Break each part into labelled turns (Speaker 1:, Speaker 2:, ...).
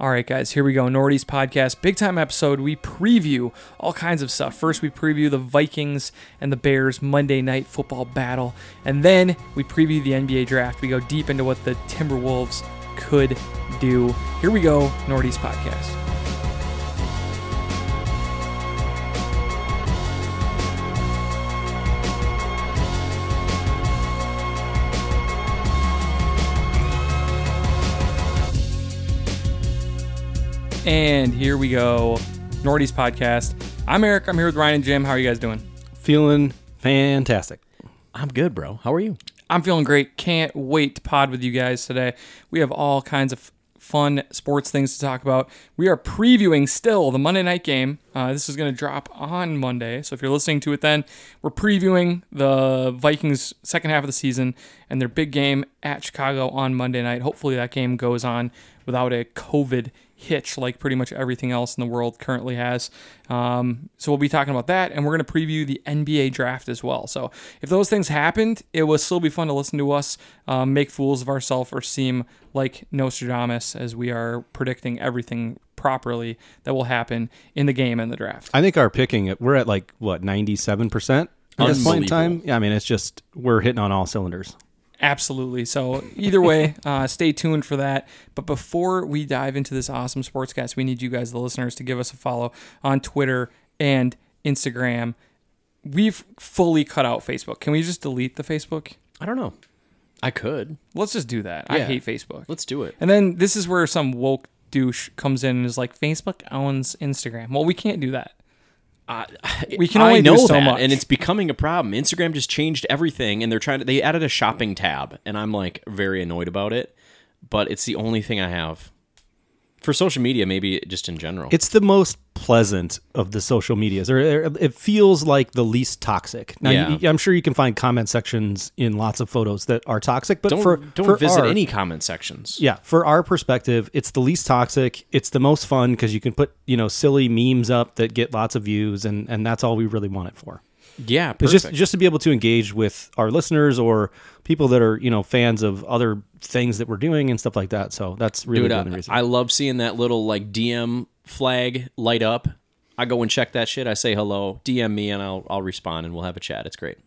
Speaker 1: All right, guys, here we go. Nordy's podcast, big time episode. We preview all kinds of stuff. First, we preview the Vikings and the Bears Monday night football battle, and then we preview the NBA draft. We go deep into what the Timberwolves could do. Here we go, Nordy's podcast. And here we go, Nordy's podcast. I'm Eric. I'm here with Ryan and Jim. How are you guys doing?
Speaker 2: Feeling fantastic.
Speaker 3: I'm good, bro. How are you?
Speaker 1: I'm feeling great. Can't wait to pod with you guys today. We have all kinds of fun sports things to talk about. We are previewing still the Monday night game. Uh, this is going to drop on Monday. So if you're listening to it then, we're previewing the Vikings' second half of the season and their big game at Chicago on Monday night. Hopefully that game goes on without a COVID hitch like pretty much everything else in the world currently has. Um, so we'll be talking about that, and we're going to preview the NBA draft as well. So if those things happened, it will still be fun to listen to us um, make fools of ourselves or seem like Nostradamus as we are predicting everything properly that will happen in the game and the draft.
Speaker 2: I think our picking, we're at like, what, 97% at this point in
Speaker 3: Unbelievable.
Speaker 2: time? Yeah, I mean, it's just, we're hitting on all cylinders.
Speaker 1: Absolutely. So either way, uh, stay tuned for that. But before we dive into this awesome sportscast, we need you guys, the listeners, to give us a follow on Twitter and Instagram. We've fully cut out Facebook. Can we just delete the Facebook?
Speaker 3: I don't know. I could.
Speaker 1: Let's just do that. I
Speaker 3: Yeah.
Speaker 1: hate Facebook.
Speaker 3: Let's do it.
Speaker 1: And then this is where some woke douche comes in and is like, Facebook owns Instagram. Well, we can't do that. We can only
Speaker 3: I
Speaker 1: do
Speaker 3: know
Speaker 1: so
Speaker 3: that,
Speaker 1: much.
Speaker 3: and it's becoming a problem. Instagram just changed everything, and they're trying to. They added a shopping tab, and I'm like very annoyed about it. But it's the only thing I have for social media, maybe just in general.
Speaker 2: It's the most pleasant of the social medias, or it feels like the least toxic. Now,
Speaker 3: Yeah.
Speaker 2: you, I'm sure you can find comment sections in lots of photos that are toxic, but
Speaker 3: don't
Speaker 2: for
Speaker 3: don't
Speaker 2: for
Speaker 3: visit
Speaker 2: our-
Speaker 3: any comment sections.
Speaker 2: Yeah, for our perspective, it's the least toxic. It's the most fun because you can put you know silly memes up that get lots of views, and and that's all we really want it for.
Speaker 3: yeah,
Speaker 2: It's
Speaker 3: perfect.
Speaker 2: just just to be able to engage with our listeners or people that are you know fans of other things that we're doing and stuff like that. So that's really
Speaker 3: Dude,
Speaker 2: the
Speaker 3: I,
Speaker 2: only reason.
Speaker 3: I love seeing that little like DM flag light up. I go and check that shit. I say hello, DM me, and I'll I'll respond, and we'll have a chat. It's great.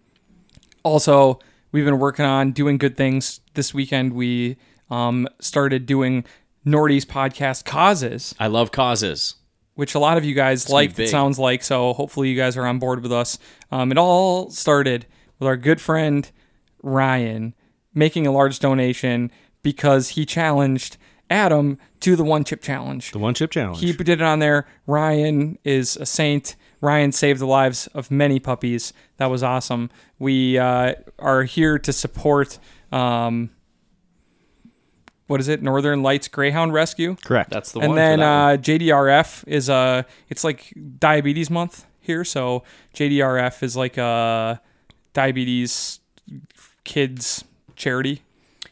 Speaker 1: also we've been working on doing good things this weekend we um, started doing nordy's podcast causes
Speaker 3: I love causes.
Speaker 1: which a lot of you guys
Speaker 3: gonna be
Speaker 1: liked it
Speaker 3: big.
Speaker 1: sounds like so hopefully you guys are on board with us um, it all started with our good friend ryan making a large donation because he challenged adam to the one chip challenge
Speaker 2: the one chip challenge.
Speaker 1: he did it on there. Ryan is a saint. Ryan saved the lives of many puppies. That was awesome. We uh, are here to support. Um, what is it? Northern Lights Greyhound Rescue.
Speaker 2: Correct.
Speaker 3: That's the
Speaker 1: And
Speaker 3: one.
Speaker 1: then
Speaker 3: for that one.
Speaker 1: uh, JDRF is uh, it's like diabetes month here, so JDRF is like a diabetes kids charity.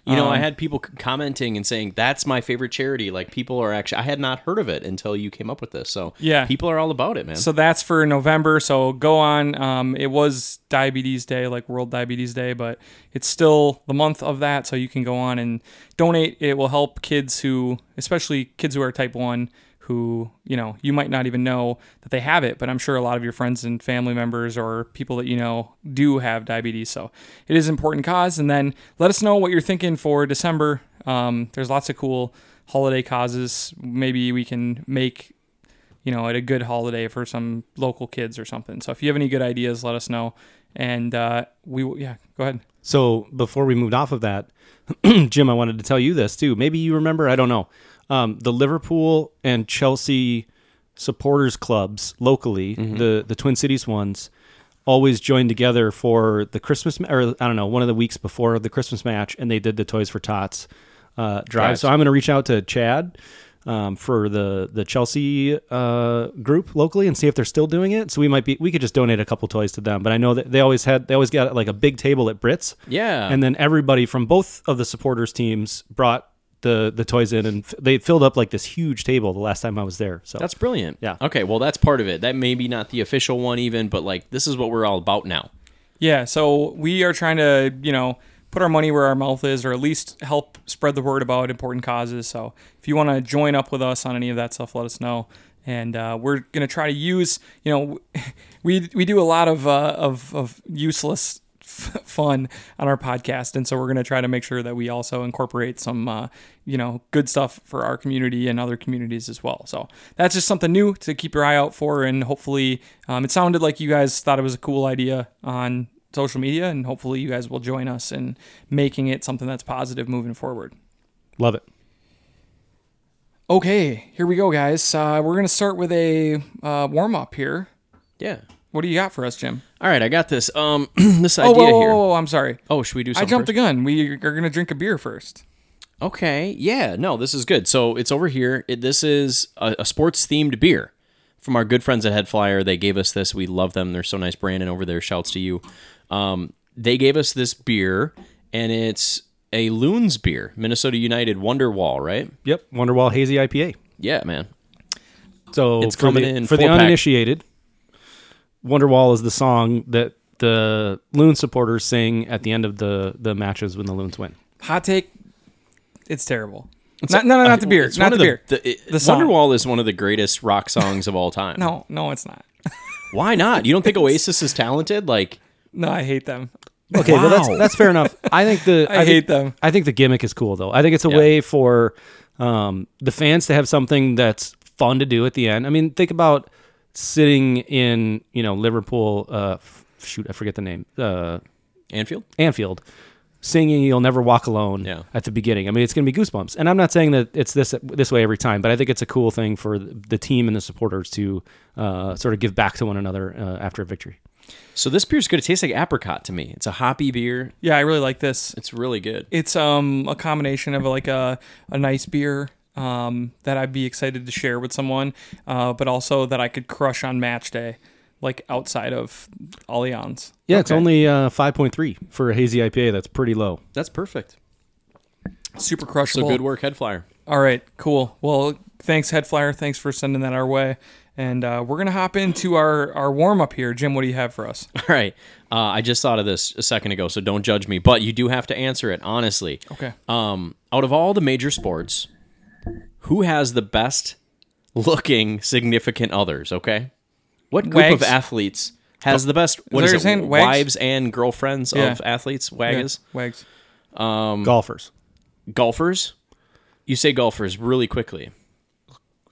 Speaker 3: You know, I
Speaker 1: Um,
Speaker 3: had people c- commenting and saying that's my favorite charity. Like people are actually, I had not heard of it until you came up with this. So
Speaker 1: Yeah.
Speaker 3: people are all about it, man.
Speaker 1: So that's for November. So go on. Um, it was Diabetes Day, like World Diabetes Day, but it's still the month of that. So you can go on and donate. It will help kids who, especially kids who are type 1, who, you know, you might not even know that they have it, but I'm sure a lot of your friends and family members or people that you know do have diabetes. So it is an important cause. And then let us know what you're thinking for December. Um, there's lots of cool holiday causes. Maybe we can make you know, at a good holiday for some local kids or something. So if you have any good ideas, let us know. And uh, we, will- yeah, go ahead.
Speaker 2: So before we moved off of that, Jim, I wanted to tell you this too. Maybe you remember, I don't know, um, the Liverpool and Chelsea supporters clubs locally,
Speaker 3: Mm-hmm.
Speaker 2: the the Twin Cities ones, always joined together for the Christmas ma- or I don't know, one of the weeks before the Christmas match, and they did the Toys for Tots uh, drive.
Speaker 3: Drives.
Speaker 2: So I'm going to reach out to Chad. Um, for the the Chelsea uh, group locally and see if they're still doing it. So we might be we could just donate a couple toys to them. But I know that they always had they always got like a big table at Brits.
Speaker 3: Yeah.
Speaker 2: And then everybody from both of the supporters teams brought the the toys in and f- they filled up like this huge table the last time I was there. So
Speaker 3: that's brilliant.
Speaker 2: Yeah.
Speaker 3: Okay. Well, that's part of it. That may be not the official one even, but like this is what we're all about now.
Speaker 1: Yeah, so we are trying to, you know, put our money where our mouth is, or at least help spread the word about important causes. So if you want to join up with us on any of that stuff, let us know. And uh, we're gonna try to use, you know, we we do a lot of uh, of of useless f- fun on our podcast, and so we're gonna try to make sure that we also incorporate some, uh, you know, good stuff for our community and other communities as well. So that's just something new to keep your eye out for, and hopefully, um, it sounded like you guys thought it was a cool idea on social media and hopefully you guys will join us in making it something that's positive moving forward
Speaker 2: Love it.
Speaker 1: okay here we go guys uh, we're gonna start with a uh, warm-up here
Speaker 3: Yeah.
Speaker 1: what do you got for us jim
Speaker 3: All right, I got this. Um, this idea
Speaker 1: oh whoa, whoa,
Speaker 3: here.
Speaker 1: whoa, whoa, i'm sorry
Speaker 3: Oh, should we do
Speaker 1: i
Speaker 3: something?
Speaker 1: jumped the gun we are gonna drink a beer first
Speaker 3: Okay. Yeah. No, this is good. So it's over here. It, this is a, a sports themed beer from our good friends at Head Flyer. They gave us this. We love them. They're so nice. Brandon over there. Shouts to you. Um, they gave us this beer, and it's a Loons beer, Minnesota United Wonder Wall, right?
Speaker 2: Yep. Wonderwall Hazy IPA.
Speaker 3: Yeah, man.
Speaker 2: So
Speaker 3: It's
Speaker 2: for
Speaker 3: coming
Speaker 2: the,
Speaker 3: in
Speaker 2: for the
Speaker 3: four-pack.
Speaker 2: uninitiated. Wonderwall is the song that the Loon supporters sing at the end of the the matches when the Loons win.
Speaker 1: hot take it's terrible not, no no not the beer
Speaker 3: Uh, It's
Speaker 1: not
Speaker 3: one
Speaker 1: the, beer
Speaker 3: of The, it-
Speaker 1: The song.
Speaker 3: Wonderwall is one of the greatest rock songs of all time.
Speaker 1: no no it's not
Speaker 3: Why not? You don't think Oasis is talented? Like,
Speaker 1: no i hate them
Speaker 2: Okay, well that's
Speaker 3: Wow.
Speaker 2: that's fair enough. I think the
Speaker 1: I hate
Speaker 2: think-
Speaker 1: them.
Speaker 2: I think the gimmick is cool though. I think it's a way for um, the fans to have something that's fun to do at the end. I mean, think about sitting in you know Liverpool. Uh, f- shoot, I forget the name. Uh,
Speaker 3: Anfield?
Speaker 2: Anfield singing "You'll Never Walk Alone"
Speaker 3: Yeah.
Speaker 2: at the beginning. I mean, it's going to be goosebumps. And I'm not saying that it's this this way every time, but I think it's a cool thing for the team and the supporters to uh, sort of give back to one another uh, after a victory.
Speaker 3: So this beer's good. It tastes like apricot to me. It's a hoppy beer.
Speaker 1: yeah i really like this
Speaker 3: It's really good.
Speaker 1: it's um a combination of like a a nice beer um that I'd be excited to share with someone, uh, but also that I could crush on match day, like outside of Allianz.
Speaker 2: Yeah, it's only uh, 5.3 for a hazy IPA. That's pretty low.
Speaker 3: That's perfect.
Speaker 1: Super
Speaker 3: So
Speaker 1: crushable.
Speaker 3: good work, head flyer.
Speaker 1: All right, cool. Well, thanks Head Flyer. Thanks for sending that our way. And uh, we're gonna hop into our our warm up here. Jim, what do you have for us?
Speaker 3: All right. Uh, I just thought of this a second ago, so don't judge me. But you do have to answer it honestly.
Speaker 1: Okay.
Speaker 3: Um, out of all the major sports, who has the best looking significant others? Okay. What group
Speaker 1: Wags?
Speaker 3: of athletes has the best? What
Speaker 1: that what
Speaker 3: is it?
Speaker 1: you're saying? Wags?
Speaker 3: Wives and girlfriends of
Speaker 1: Yeah.
Speaker 3: athletes. Wagas.
Speaker 1: Yeah, Wags.
Speaker 3: Um,
Speaker 2: Golfers.
Speaker 3: Golfers. You say golfers really quickly.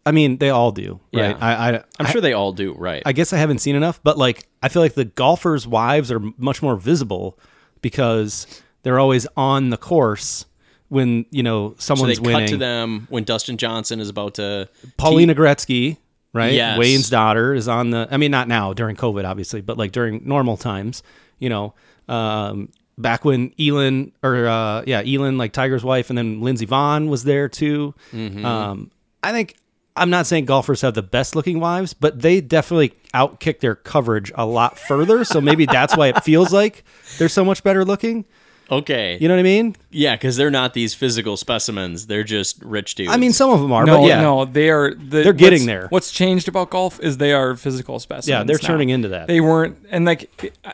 Speaker 2: I mean, they all do, right?
Speaker 3: Yeah.
Speaker 2: I, I,
Speaker 3: I'm
Speaker 2: I,
Speaker 3: sure they all do, right?
Speaker 2: I guess I haven't seen enough, but like, I feel like the golfers' wives are much more visible because they're always on the course when you know
Speaker 3: so they
Speaker 2: someone's
Speaker 3: cut
Speaker 2: winning.
Speaker 3: to them when Dustin Johnson is about to.
Speaker 2: Paulina Gretzky, right?
Speaker 3: Yes.
Speaker 2: Wayne's daughter is on the. I mean, not now during COVID, obviously, but like during normal times, you know, um, back when Elon or uh, yeah, Elon like Tiger's wife, and then Lindsey Vaughn was there too. Um, I think I'm not saying golfers have the best looking wives, but they definitely outkick their coverage a lot further. so maybe that's why it feels like they're so much better looking.
Speaker 3: Okay.
Speaker 2: You know what I mean?
Speaker 3: Yeah, because they're not these physical specimens. They're just rich dudes.
Speaker 2: I mean, some of them are,
Speaker 1: No,
Speaker 2: but yeah,
Speaker 1: no, they are. The,
Speaker 2: They're getting
Speaker 1: what's-
Speaker 2: there.
Speaker 1: What's changed about golf is they are physical specimens.
Speaker 2: yeah, they're
Speaker 1: now.
Speaker 2: turning into that.
Speaker 1: They weren't, and like, I-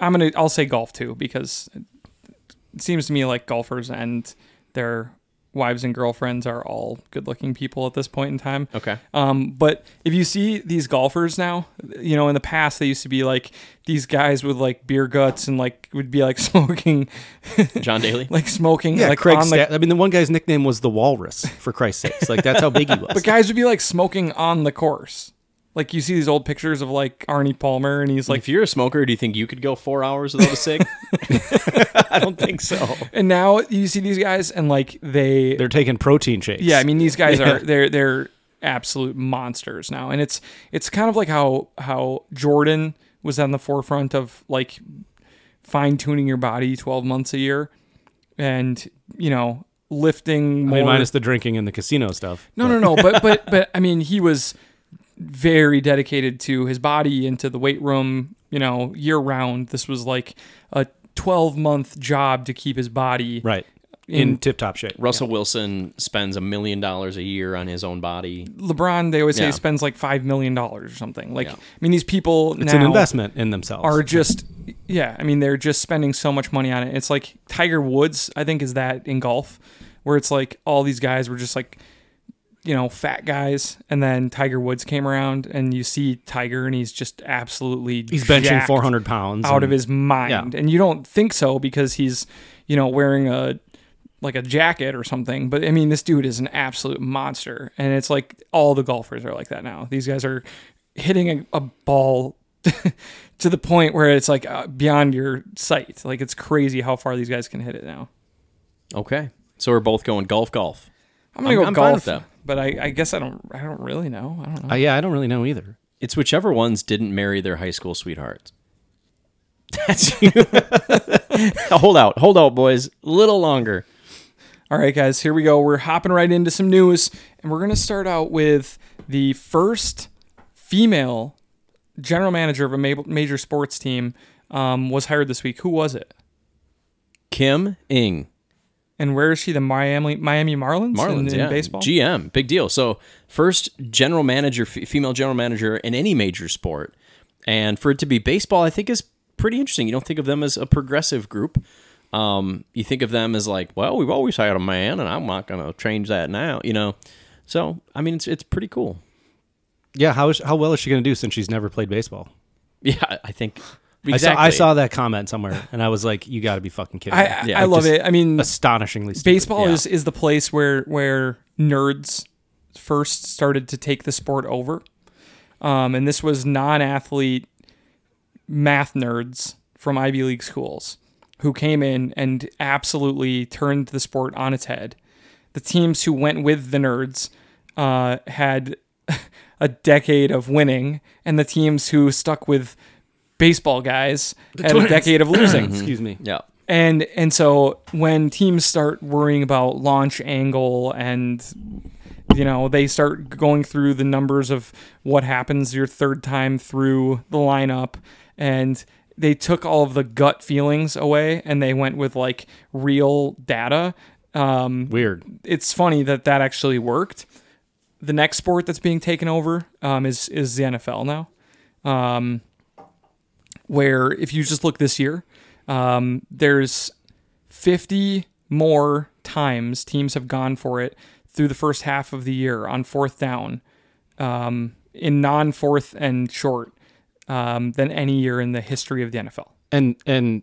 Speaker 1: I'm gonna, I'll say golf too because it seems to me like golfers and their wives and girlfriends are all good-looking people at this point in time.
Speaker 3: Okay.
Speaker 1: Um, but if you see these golfers now, you know, in the past they used to be like these guys with like beer guts and like would be like smoking,
Speaker 3: John Daly.
Speaker 1: like smoking,
Speaker 2: Yeah,
Speaker 1: like
Speaker 2: Craig.
Speaker 1: on the
Speaker 2: Sta- I mean, the one guy's nickname was the Walrus for Christ's sakes. Like that's how big he was.
Speaker 1: But guys would be like smoking on the course. Like you see these old pictures of like Arnie Palmer, and he's like,
Speaker 3: if you're a smoker, do you think you could go four hours without a cig? I don't think so.
Speaker 1: and now you see these guys, and like they,
Speaker 2: They're taking protein shakes.
Speaker 1: yeah, I mean these guys are they're they're absolute monsters now, and it's it's kind of like how how Jordan was on the forefront of like fine tuning your body twelve months a year, and you know lifting
Speaker 2: I
Speaker 1: more
Speaker 2: mean, minus the drinking and the casino stuff.
Speaker 1: No, no, no. But but but I mean, he was very dedicated to his body and to the weight room. You know, year round. This was like a twelve month job to keep his body
Speaker 2: Right. In,
Speaker 1: In-
Speaker 2: tip top shape.
Speaker 3: Russell Wilson spends a million dollars a year on his own body.
Speaker 1: LeBron, they always say,
Speaker 3: Yeah.
Speaker 1: spends like five million dollars or something. Like,
Speaker 3: Yeah.
Speaker 1: I mean, these people
Speaker 2: It's
Speaker 1: now
Speaker 2: an investment in themselves.
Speaker 1: are just Yeah, I mean they're just spending so much money on it. It's like Tiger Woods, I think, is that in golf, where it's like all these guys were just like, you know, fat guys, and then Tiger Woods came around, and you see Tiger, and he's just absolutely
Speaker 2: He's benching
Speaker 1: jacked
Speaker 2: 400 pounds.
Speaker 1: out
Speaker 2: and-
Speaker 1: of his mind, and you don't think so because he's, you know, wearing a like a jacket or something. But I mean, this dude is an absolute monster, and it's like all the golfers are like that now. These guys are hitting a, a ball to the point where it's like uh, beyond your sight. Like it's crazy how far these guys can hit it now.
Speaker 3: Okay. So we're both going golf, golf.
Speaker 1: I'm gonna
Speaker 3: I'm-
Speaker 1: go
Speaker 3: I'm fine
Speaker 1: golf,
Speaker 3: with that.
Speaker 1: but I, I guess I don't I don't really know. I don't know.
Speaker 2: Uh, yeah, I don't really know either.
Speaker 3: It's whichever ones didn't marry their high school sweethearts. That's you. hold out, hold out, boys. A little longer.
Speaker 1: All right, guys, here we go. We're hopping right into some news, and we're going to start out with the first female general manager of a ma- major sports team um, was hired this week. Who was it?
Speaker 3: Kim Ing.
Speaker 1: And where is she? The Miami Miami Marlins, in,
Speaker 3: Marlins,
Speaker 1: in
Speaker 3: yeah.
Speaker 1: baseball.
Speaker 3: GM, big deal. So first general manager, f- female general manager in any major sport, and for it to be baseball, I think is pretty interesting. You don't think of them as a progressive group. Um, you think of them as like, well, we've always hired a man, and I'm not going to change that now. You know, so I mean, it's it's pretty cool.
Speaker 2: Yeah, how is, how well is she going to do since she's never played baseball?
Speaker 3: Yeah, I- I think
Speaker 2: I saw-
Speaker 3: exactly.
Speaker 2: I saw that comment somewhere, and I was like, "You got to be fucking kidding!"
Speaker 1: I
Speaker 2: me.
Speaker 1: I,
Speaker 3: Yeah,
Speaker 1: I love
Speaker 2: just-
Speaker 1: it. I mean,
Speaker 2: Astonishingly stupid.
Speaker 1: baseball
Speaker 3: yeah.
Speaker 1: is is the place where where nerds first started to take the sport over um, and this was non-athlete math nerds from ivy league schools who came in and absolutely turned the sport on its head the teams who went with the nerds uh, had a decade of winning and the teams who stuck with baseball guys had a
Speaker 2: twins.
Speaker 1: decade of losing
Speaker 2: Excuse me.
Speaker 3: Yeah,
Speaker 1: and and so when teams start worrying about launch angle and you know they start going through the numbers of what happens your third time through the lineup and they took all of the gut feelings away and they went with like real data um,
Speaker 2: Weird.
Speaker 1: it's funny that that actually worked the next sport that's being taken over um, is is the nfl now Um, where if you just look this year, um, there's 50 more times teams have gone for it through the first half of the year on fourth down, um, in non fourth and short, um, than any year in the history of the NFL.
Speaker 2: And and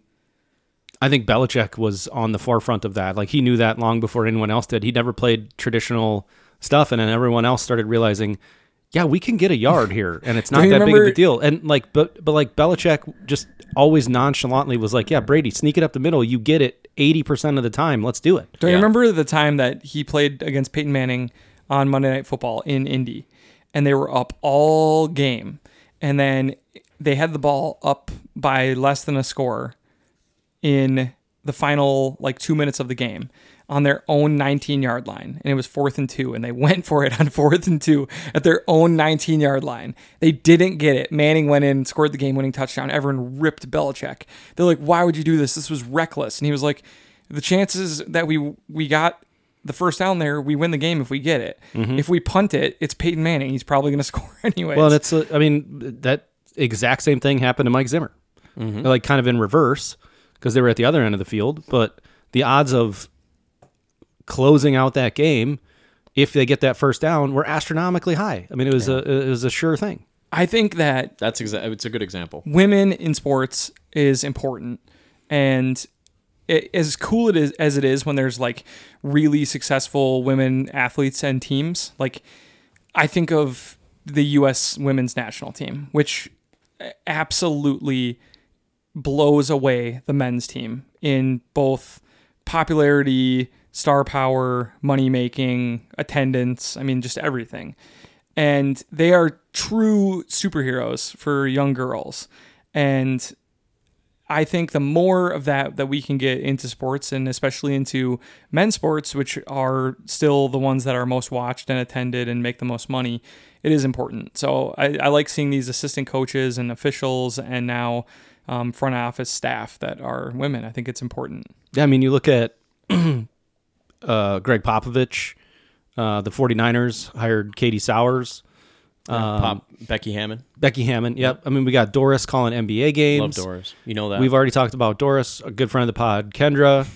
Speaker 2: I think Belichick was on the forefront of that. Like he knew that long before anyone else did. He never played traditional stuff, and then everyone else started realizing, yeah, we can get a yard here, and it's not
Speaker 1: you
Speaker 2: that big
Speaker 1: remember-
Speaker 2: of a deal. And like, but but like Belichick just always nonchalantly was like, yeah, Brady, sneak it up the middle. You get it eighty percent of the time. Let's do it.
Speaker 1: Do you
Speaker 3: Yeah.
Speaker 1: remember the time that he played against Peyton Manning on Monday Night Football in Indy, and they were up all game, and then they had the ball up by less than a score in the final like two minutes of the game on their own 19 yard line and it was fourth and two and they went for it on fourth and two at their own 19 yard line they didn't get it manning went in and scored the game winning touchdown everyone ripped belichick they're like why would you do this this was reckless and he was like the chances that we we got the first down there we win the game if we get it if we punt it it's peyton manning he's probably going to score anyway
Speaker 2: Mm-hmm. Well, and it's uh, I mean that exact same thing happened to Mike Zimmer, like kind of in reverse because they were at the other end of the field. But the odds of closing out that game if they get that first down were astronomically high. I mean, it was a it was a sure thing.
Speaker 1: i think that
Speaker 3: that's exactly. It's a good example.
Speaker 1: women in sports is important and it, as cool it is as it is when there's like really successful women athletes and teams like i think of the us women's national team which eh, absolutely blows away the men's team in both popularity, star power, money making, attendance, I mean, just everything. And they are true superheroes for young girls. And I think the more of that that we can get into sports and especially into men's sports, which are still the ones that are most watched and attended and make the most money, it is important. So I, I like seeing these assistant coaches and officials and now um, front office staff that are women. I think it's important.
Speaker 2: Yeah, I mean, you look at uh, Greg Popovich, uh, the 49ers hired Katie Sowers.
Speaker 3: Pop Becky Hammond.
Speaker 2: Becky Hammond. Yep. I mean, we got Doris calling NBA games.
Speaker 3: Love Doris. You know that.
Speaker 2: We've already talked about Doris, a good friend of the pod, Kendra,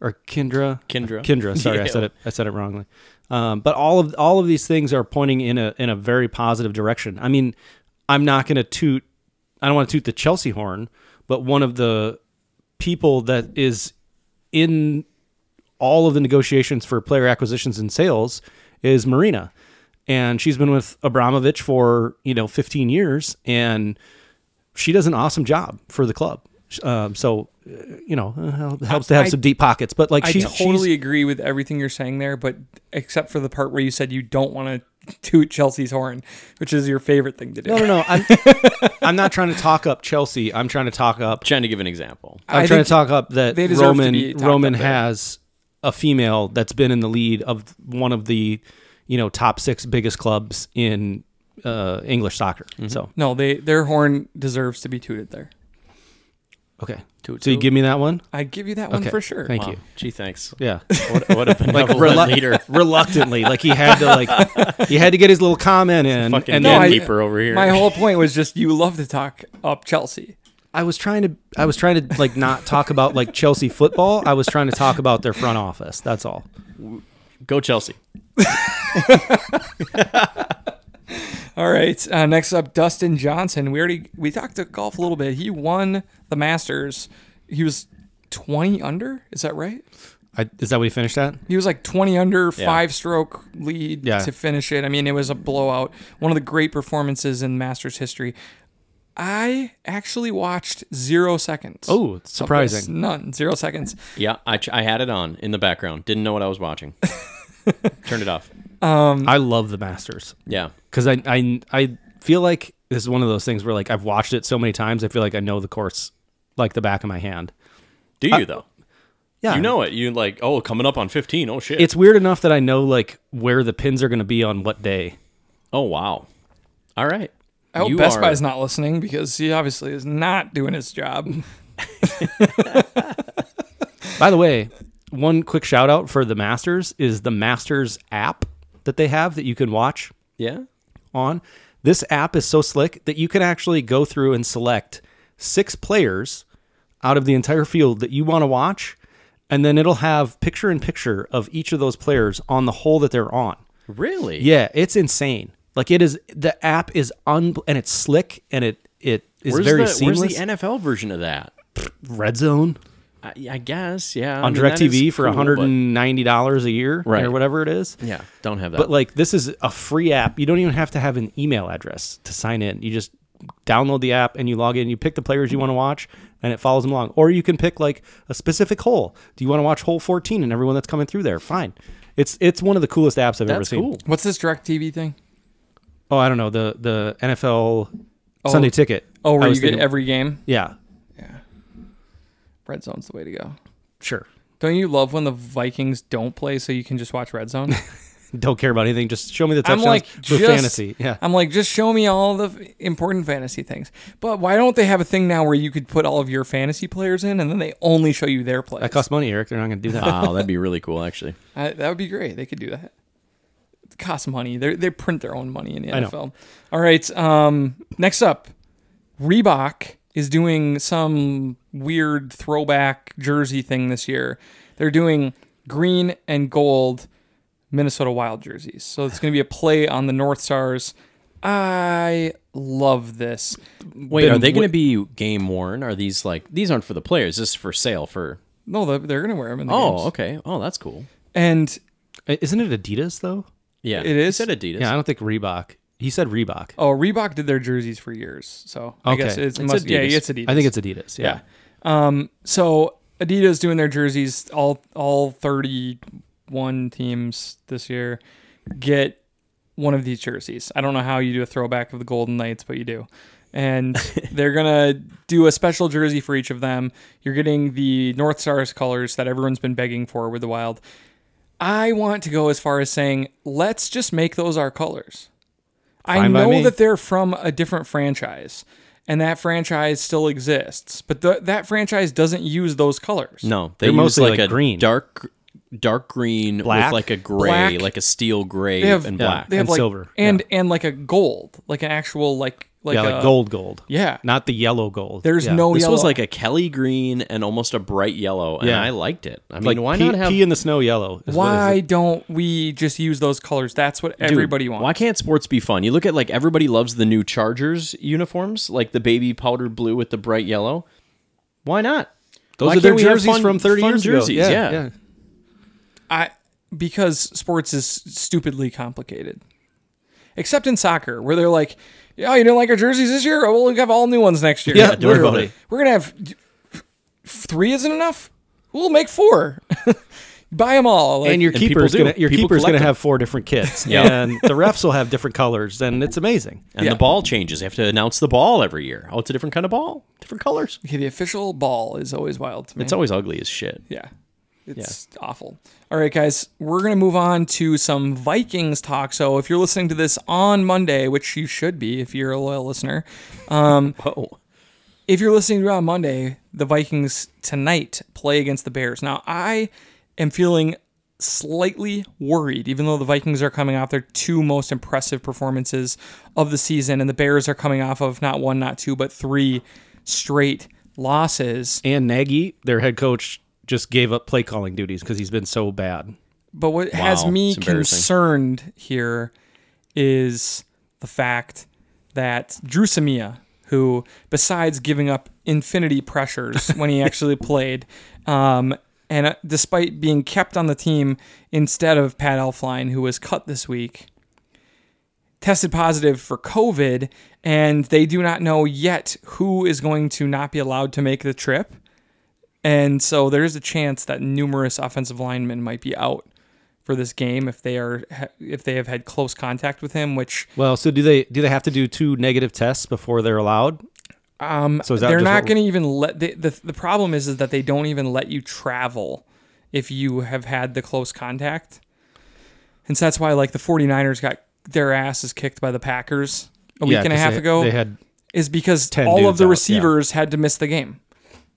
Speaker 2: or Kendra,
Speaker 3: Kendra.
Speaker 2: Kendra. Sorry, I
Speaker 3: Yeah.
Speaker 2: said it. I said it wrongly. Um, but all of all of these things are pointing in a in a very positive direction. I mean, I'm not going to toot. I don't want to toot the Chelsea horn, but one of the people that is in all of the negotiations for player acquisitions and sales is Marina. And she's been with Abramovich for, you know, 15 years and she does an awesome job for the club. Um, so, uh, you know, uh, hel- helps to have
Speaker 1: I-
Speaker 2: some deep pockets, but like
Speaker 1: I
Speaker 2: she,
Speaker 1: totally agree with everything you're saying there, but except for the part where you said you don't want to toot Chelsea's horn, which is your favorite thing to do.
Speaker 2: she's, no, no, no. I'm, I'm not trying to talk up Chelsea. I'm trying to talk up.
Speaker 3: Trying to give an example.
Speaker 2: I'm
Speaker 1: I
Speaker 2: trying
Speaker 1: think
Speaker 2: to talk up that
Speaker 1: they deserve to be
Speaker 2: Roman
Speaker 1: talked
Speaker 2: Roman
Speaker 1: up there.
Speaker 2: has a female that's been in the lead of one of the, you know, top six biggest clubs in uh, English soccer.
Speaker 1: Mm-hmm.
Speaker 2: So
Speaker 1: No, they their horn deserves to be tooted there.
Speaker 2: okay,
Speaker 3: Toot,
Speaker 2: so you
Speaker 3: toot.
Speaker 2: give me that one.
Speaker 1: I give you that one
Speaker 2: Okay,
Speaker 1: for sure.
Speaker 2: Thank
Speaker 3: Wow.
Speaker 2: you.
Speaker 3: Gee, thanks.
Speaker 2: Yeah.
Speaker 3: What, what a benevolent
Speaker 2: relu-
Speaker 3: leader.
Speaker 2: reluctantly, like he had to, like he had to get his little comment in,
Speaker 3: Fucking
Speaker 2: and
Speaker 1: No, I-
Speaker 2: then
Speaker 3: gatekeeper over here.
Speaker 1: My whole point was just you love to talk up Chelsea.
Speaker 2: I was trying to I was trying to like not talk about like Chelsea football. I was trying to talk about their front office. That's all.
Speaker 3: Go Chelsea.
Speaker 1: All right. Uh, next up, Dustin Johnson. We already we talked to golf a little bit. He won the Masters. He was twenty under. Is that right?
Speaker 2: I, is that what he finished at?
Speaker 1: He was like 20 under, five stroke lead
Speaker 2: Yeah.
Speaker 1: to finish it. I mean, it was a blowout. One of the great performances in Masters history. I actually watched zero seconds.
Speaker 2: Oh, it's
Speaker 1: of this.
Speaker 2: surprising.
Speaker 1: None. Zero seconds.
Speaker 3: Yeah, I, ch- I had it on in the background. Didn't know what I was watching. Turned it off.
Speaker 2: I love the Masters
Speaker 3: Yeah.
Speaker 2: because I, I I feel like this is one of those things where like I've watched it so many times. I feel like I know the course like the back of my hand.
Speaker 3: Do you though?
Speaker 2: Uh, Yeah,
Speaker 3: You know it. You like, oh, coming up on 15. Oh shit.
Speaker 2: it's weird enough that I know like where the pins are going to be on what day.
Speaker 3: oh wow. All right.
Speaker 1: I hope
Speaker 3: You
Speaker 1: Best
Speaker 3: are-
Speaker 1: Buy's not listening because he obviously is not doing his job.
Speaker 2: By the way, one quick shout out for the Masters is the Masters app that they have that you can watch
Speaker 3: Yeah.
Speaker 2: on. This app is so slick that you can actually go through and select six players out of the entire field that you want to watch, and then it'll have picture in picture of each of those players on the hole that they're on.
Speaker 3: Really?
Speaker 2: Yeah, it's insane. Like it is the app is un and it's slick and it it is
Speaker 3: Where's
Speaker 2: very
Speaker 3: the,
Speaker 2: seamless.
Speaker 3: Where's the NFL version of that?
Speaker 2: Red Zone
Speaker 3: I, I guess. Yeah.
Speaker 2: on DirecTV for $190 a year
Speaker 3: Right.
Speaker 2: or whatever it is.
Speaker 3: Yeah. Don't have that.
Speaker 2: But like this is a free app. You don't even have to have an email address to sign in. You just download the app and you log in. You pick the players you want to watch, and it follows them along. Or you can pick like a specific hole. Do you want to watch hole 14 and everyone that's coming through there? Fine. It's it's one of the coolest apps I've ever
Speaker 3: that's
Speaker 2: seen.
Speaker 3: cool.
Speaker 1: What's this direct TV thing?
Speaker 2: Oh, I don't know the the NFL Sunday Ticket.
Speaker 1: Oh,
Speaker 2: I
Speaker 1: where you
Speaker 2: was
Speaker 1: get
Speaker 2: thinking-
Speaker 1: every game?
Speaker 2: yeah,
Speaker 1: Red Zone's the way to go.
Speaker 2: sure.
Speaker 1: Don't you love when the Vikings don't play so you can just watch Red Zone?
Speaker 2: Don't care about anything. Just show me the
Speaker 1: I'm
Speaker 2: touchdowns
Speaker 1: like
Speaker 2: for
Speaker 1: just,
Speaker 2: fantasy. Yeah,
Speaker 1: I'm like just show me all the f- important fantasy things. But why don't they have a thing now where you could put all of your fantasy players in and then they only show you their plays?
Speaker 2: that costs money, Eric. They're not going to do that.
Speaker 3: Wow, that'd be really cool actually.
Speaker 1: I- that would be great. They could do that. It costs money. They they print their own money in the
Speaker 2: I know.
Speaker 1: NFL. All right. Um next up, Reebok is doing some weird throwback jersey thing this year. They're doing green and gold Minnesota Wild jerseys. So it's going to be a play on the North Stars. I love this.
Speaker 3: Wait, are they going to be game worn? Are these like these aren't for the players? This is for sale for.
Speaker 1: No, they're, they're going to wear them in the games.
Speaker 3: Oh, okay. Oh, that's cool.
Speaker 1: And
Speaker 2: Isn't it Adidas though?
Speaker 3: Yeah,
Speaker 1: It is?
Speaker 3: You said Adidas.
Speaker 2: Yeah, I don't think Reebok. He said Reebok.
Speaker 1: oh, Reebok did their jerseys for years. So I
Speaker 2: Okay.
Speaker 1: guess it's,
Speaker 3: It's
Speaker 1: must, yeah,
Speaker 3: Adidas.
Speaker 1: it's Adidas.
Speaker 2: I think it's Adidas. yeah.
Speaker 1: Yeah. Um, so Adidas doing their jerseys, all all 31 teams this year get one of these jerseys. I don't know how you do a throwback of the Golden Knights, but you do. And they're going to do a special jersey for each of them. You're getting the North Stars colors that everyone's been begging for with the Wild. I want to go as far as saying, let's just make those our colors. I
Speaker 2: Fine by me.
Speaker 1: know that they're from a different franchise, and that franchise still exists, but th- that franchise doesn't use those colors.
Speaker 3: No, they
Speaker 2: They're
Speaker 3: use
Speaker 2: mostly
Speaker 3: like,
Speaker 2: like
Speaker 3: a
Speaker 2: green.
Speaker 3: dark dark green
Speaker 2: Black?
Speaker 3: with like a gray,
Speaker 1: Black.
Speaker 3: like a steel gray
Speaker 1: They have-
Speaker 3: and
Speaker 1: yeah,
Speaker 3: black.
Speaker 1: They have
Speaker 2: And
Speaker 1: like
Speaker 2: silver,
Speaker 1: and and like a gold, like an actual like like
Speaker 2: yeah,
Speaker 1: a-
Speaker 2: like gold, gold.
Speaker 1: uh, Yeah.
Speaker 2: not the yellow gold.
Speaker 1: There's
Speaker 2: Yeah.
Speaker 1: no
Speaker 3: This was
Speaker 1: yellow.
Speaker 3: like a Kelly green and almost a bright yellow, and
Speaker 2: Yeah.
Speaker 3: I liked it. I mean,
Speaker 2: like
Speaker 3: why
Speaker 2: pea,
Speaker 3: not have
Speaker 2: pea in the snow yellow? is what it is.
Speaker 1: why don't we just use those colors? That's what
Speaker 3: Dude,
Speaker 1: everybody wants.
Speaker 3: Why can't sports be fun? You look at like everybody loves the new Chargers uniforms, like the baby powder blue with the bright yellow. Why not?
Speaker 2: Those
Speaker 3: Why
Speaker 2: are their
Speaker 3: can't we have
Speaker 2: jerseys
Speaker 3: fun-
Speaker 2: from 30
Speaker 3: fun
Speaker 2: years
Speaker 3: jerseys?
Speaker 2: ago.
Speaker 3: Yeah.
Speaker 1: I because sports is stupidly complicated. Except in soccer, where they're like, "Oh, you didn't like our jerseys this year? Oh, well, we have all new ones next year."
Speaker 2: Yeah, don't worry about
Speaker 1: Literally.
Speaker 2: it.
Speaker 1: We're gonna have three isn't enough. We'll make four. Buy them all. Like,
Speaker 2: and your
Speaker 3: And people
Speaker 2: keeper's
Speaker 3: do.
Speaker 2: gonna, your
Speaker 3: People
Speaker 2: keeper's
Speaker 3: collect
Speaker 2: gonna
Speaker 3: them.
Speaker 2: have four different kits,
Speaker 3: Yeah.
Speaker 2: and the refs will have different colors, and it's amazing.
Speaker 3: And
Speaker 1: Yeah.
Speaker 3: the ball changes. They have to announce the ball every year. Oh, it's a different kind of ball, different colors.
Speaker 1: okay, the official ball is always wild to me.
Speaker 3: It's always ugly as shit.
Speaker 1: Yeah. It's awful. All right, guys, we're going to move on to some Vikings talk. So if you're listening to this on Monday, which you should be if you're a loyal listener,
Speaker 3: Whoa.
Speaker 1: if you're listening to it on Monday, the Vikings tonight play against the Bears. Now, I am feeling slightly worried, even though the Vikings are coming off their two most impressive performances of the season, and the Bears are coming off of not one, not two, but three straight losses.
Speaker 2: And Nagy, their head coach, just gave up play calling duties because he's been so bad.
Speaker 1: But what has
Speaker 3: Wow,
Speaker 1: me
Speaker 3: it's embarrassing.
Speaker 1: concerned here is the fact that Drew Samia, who besides giving up infinity pressures when he actually played, um, and uh, despite being kept on the team instead of Pat Elfline, who was cut this week, tested positive for COVID, and they do not know yet who is going to not be allowed to make the trip. And so there is a chance that numerous offensive linemen might be out for this game if they are if they have had close contact with him, which
Speaker 2: Well, so do they? Do they have to do two negative tests before they're allowed? Um, so is that
Speaker 1: they're
Speaker 2: just
Speaker 1: not
Speaker 2: what-
Speaker 1: going to even let the, the the problem is is that they don't even let you travel if you have had the close contact. And so that's why like the 49ers got their asses kicked by the Packers a week
Speaker 2: Yeah,
Speaker 1: and a
Speaker 2: 'cause
Speaker 1: half
Speaker 2: they-
Speaker 1: ago
Speaker 2: They had
Speaker 1: is because
Speaker 2: 10
Speaker 1: all of
Speaker 2: dudes
Speaker 1: the
Speaker 2: out, yeah. Mm-hmm.
Speaker 1: receivers had to miss the game.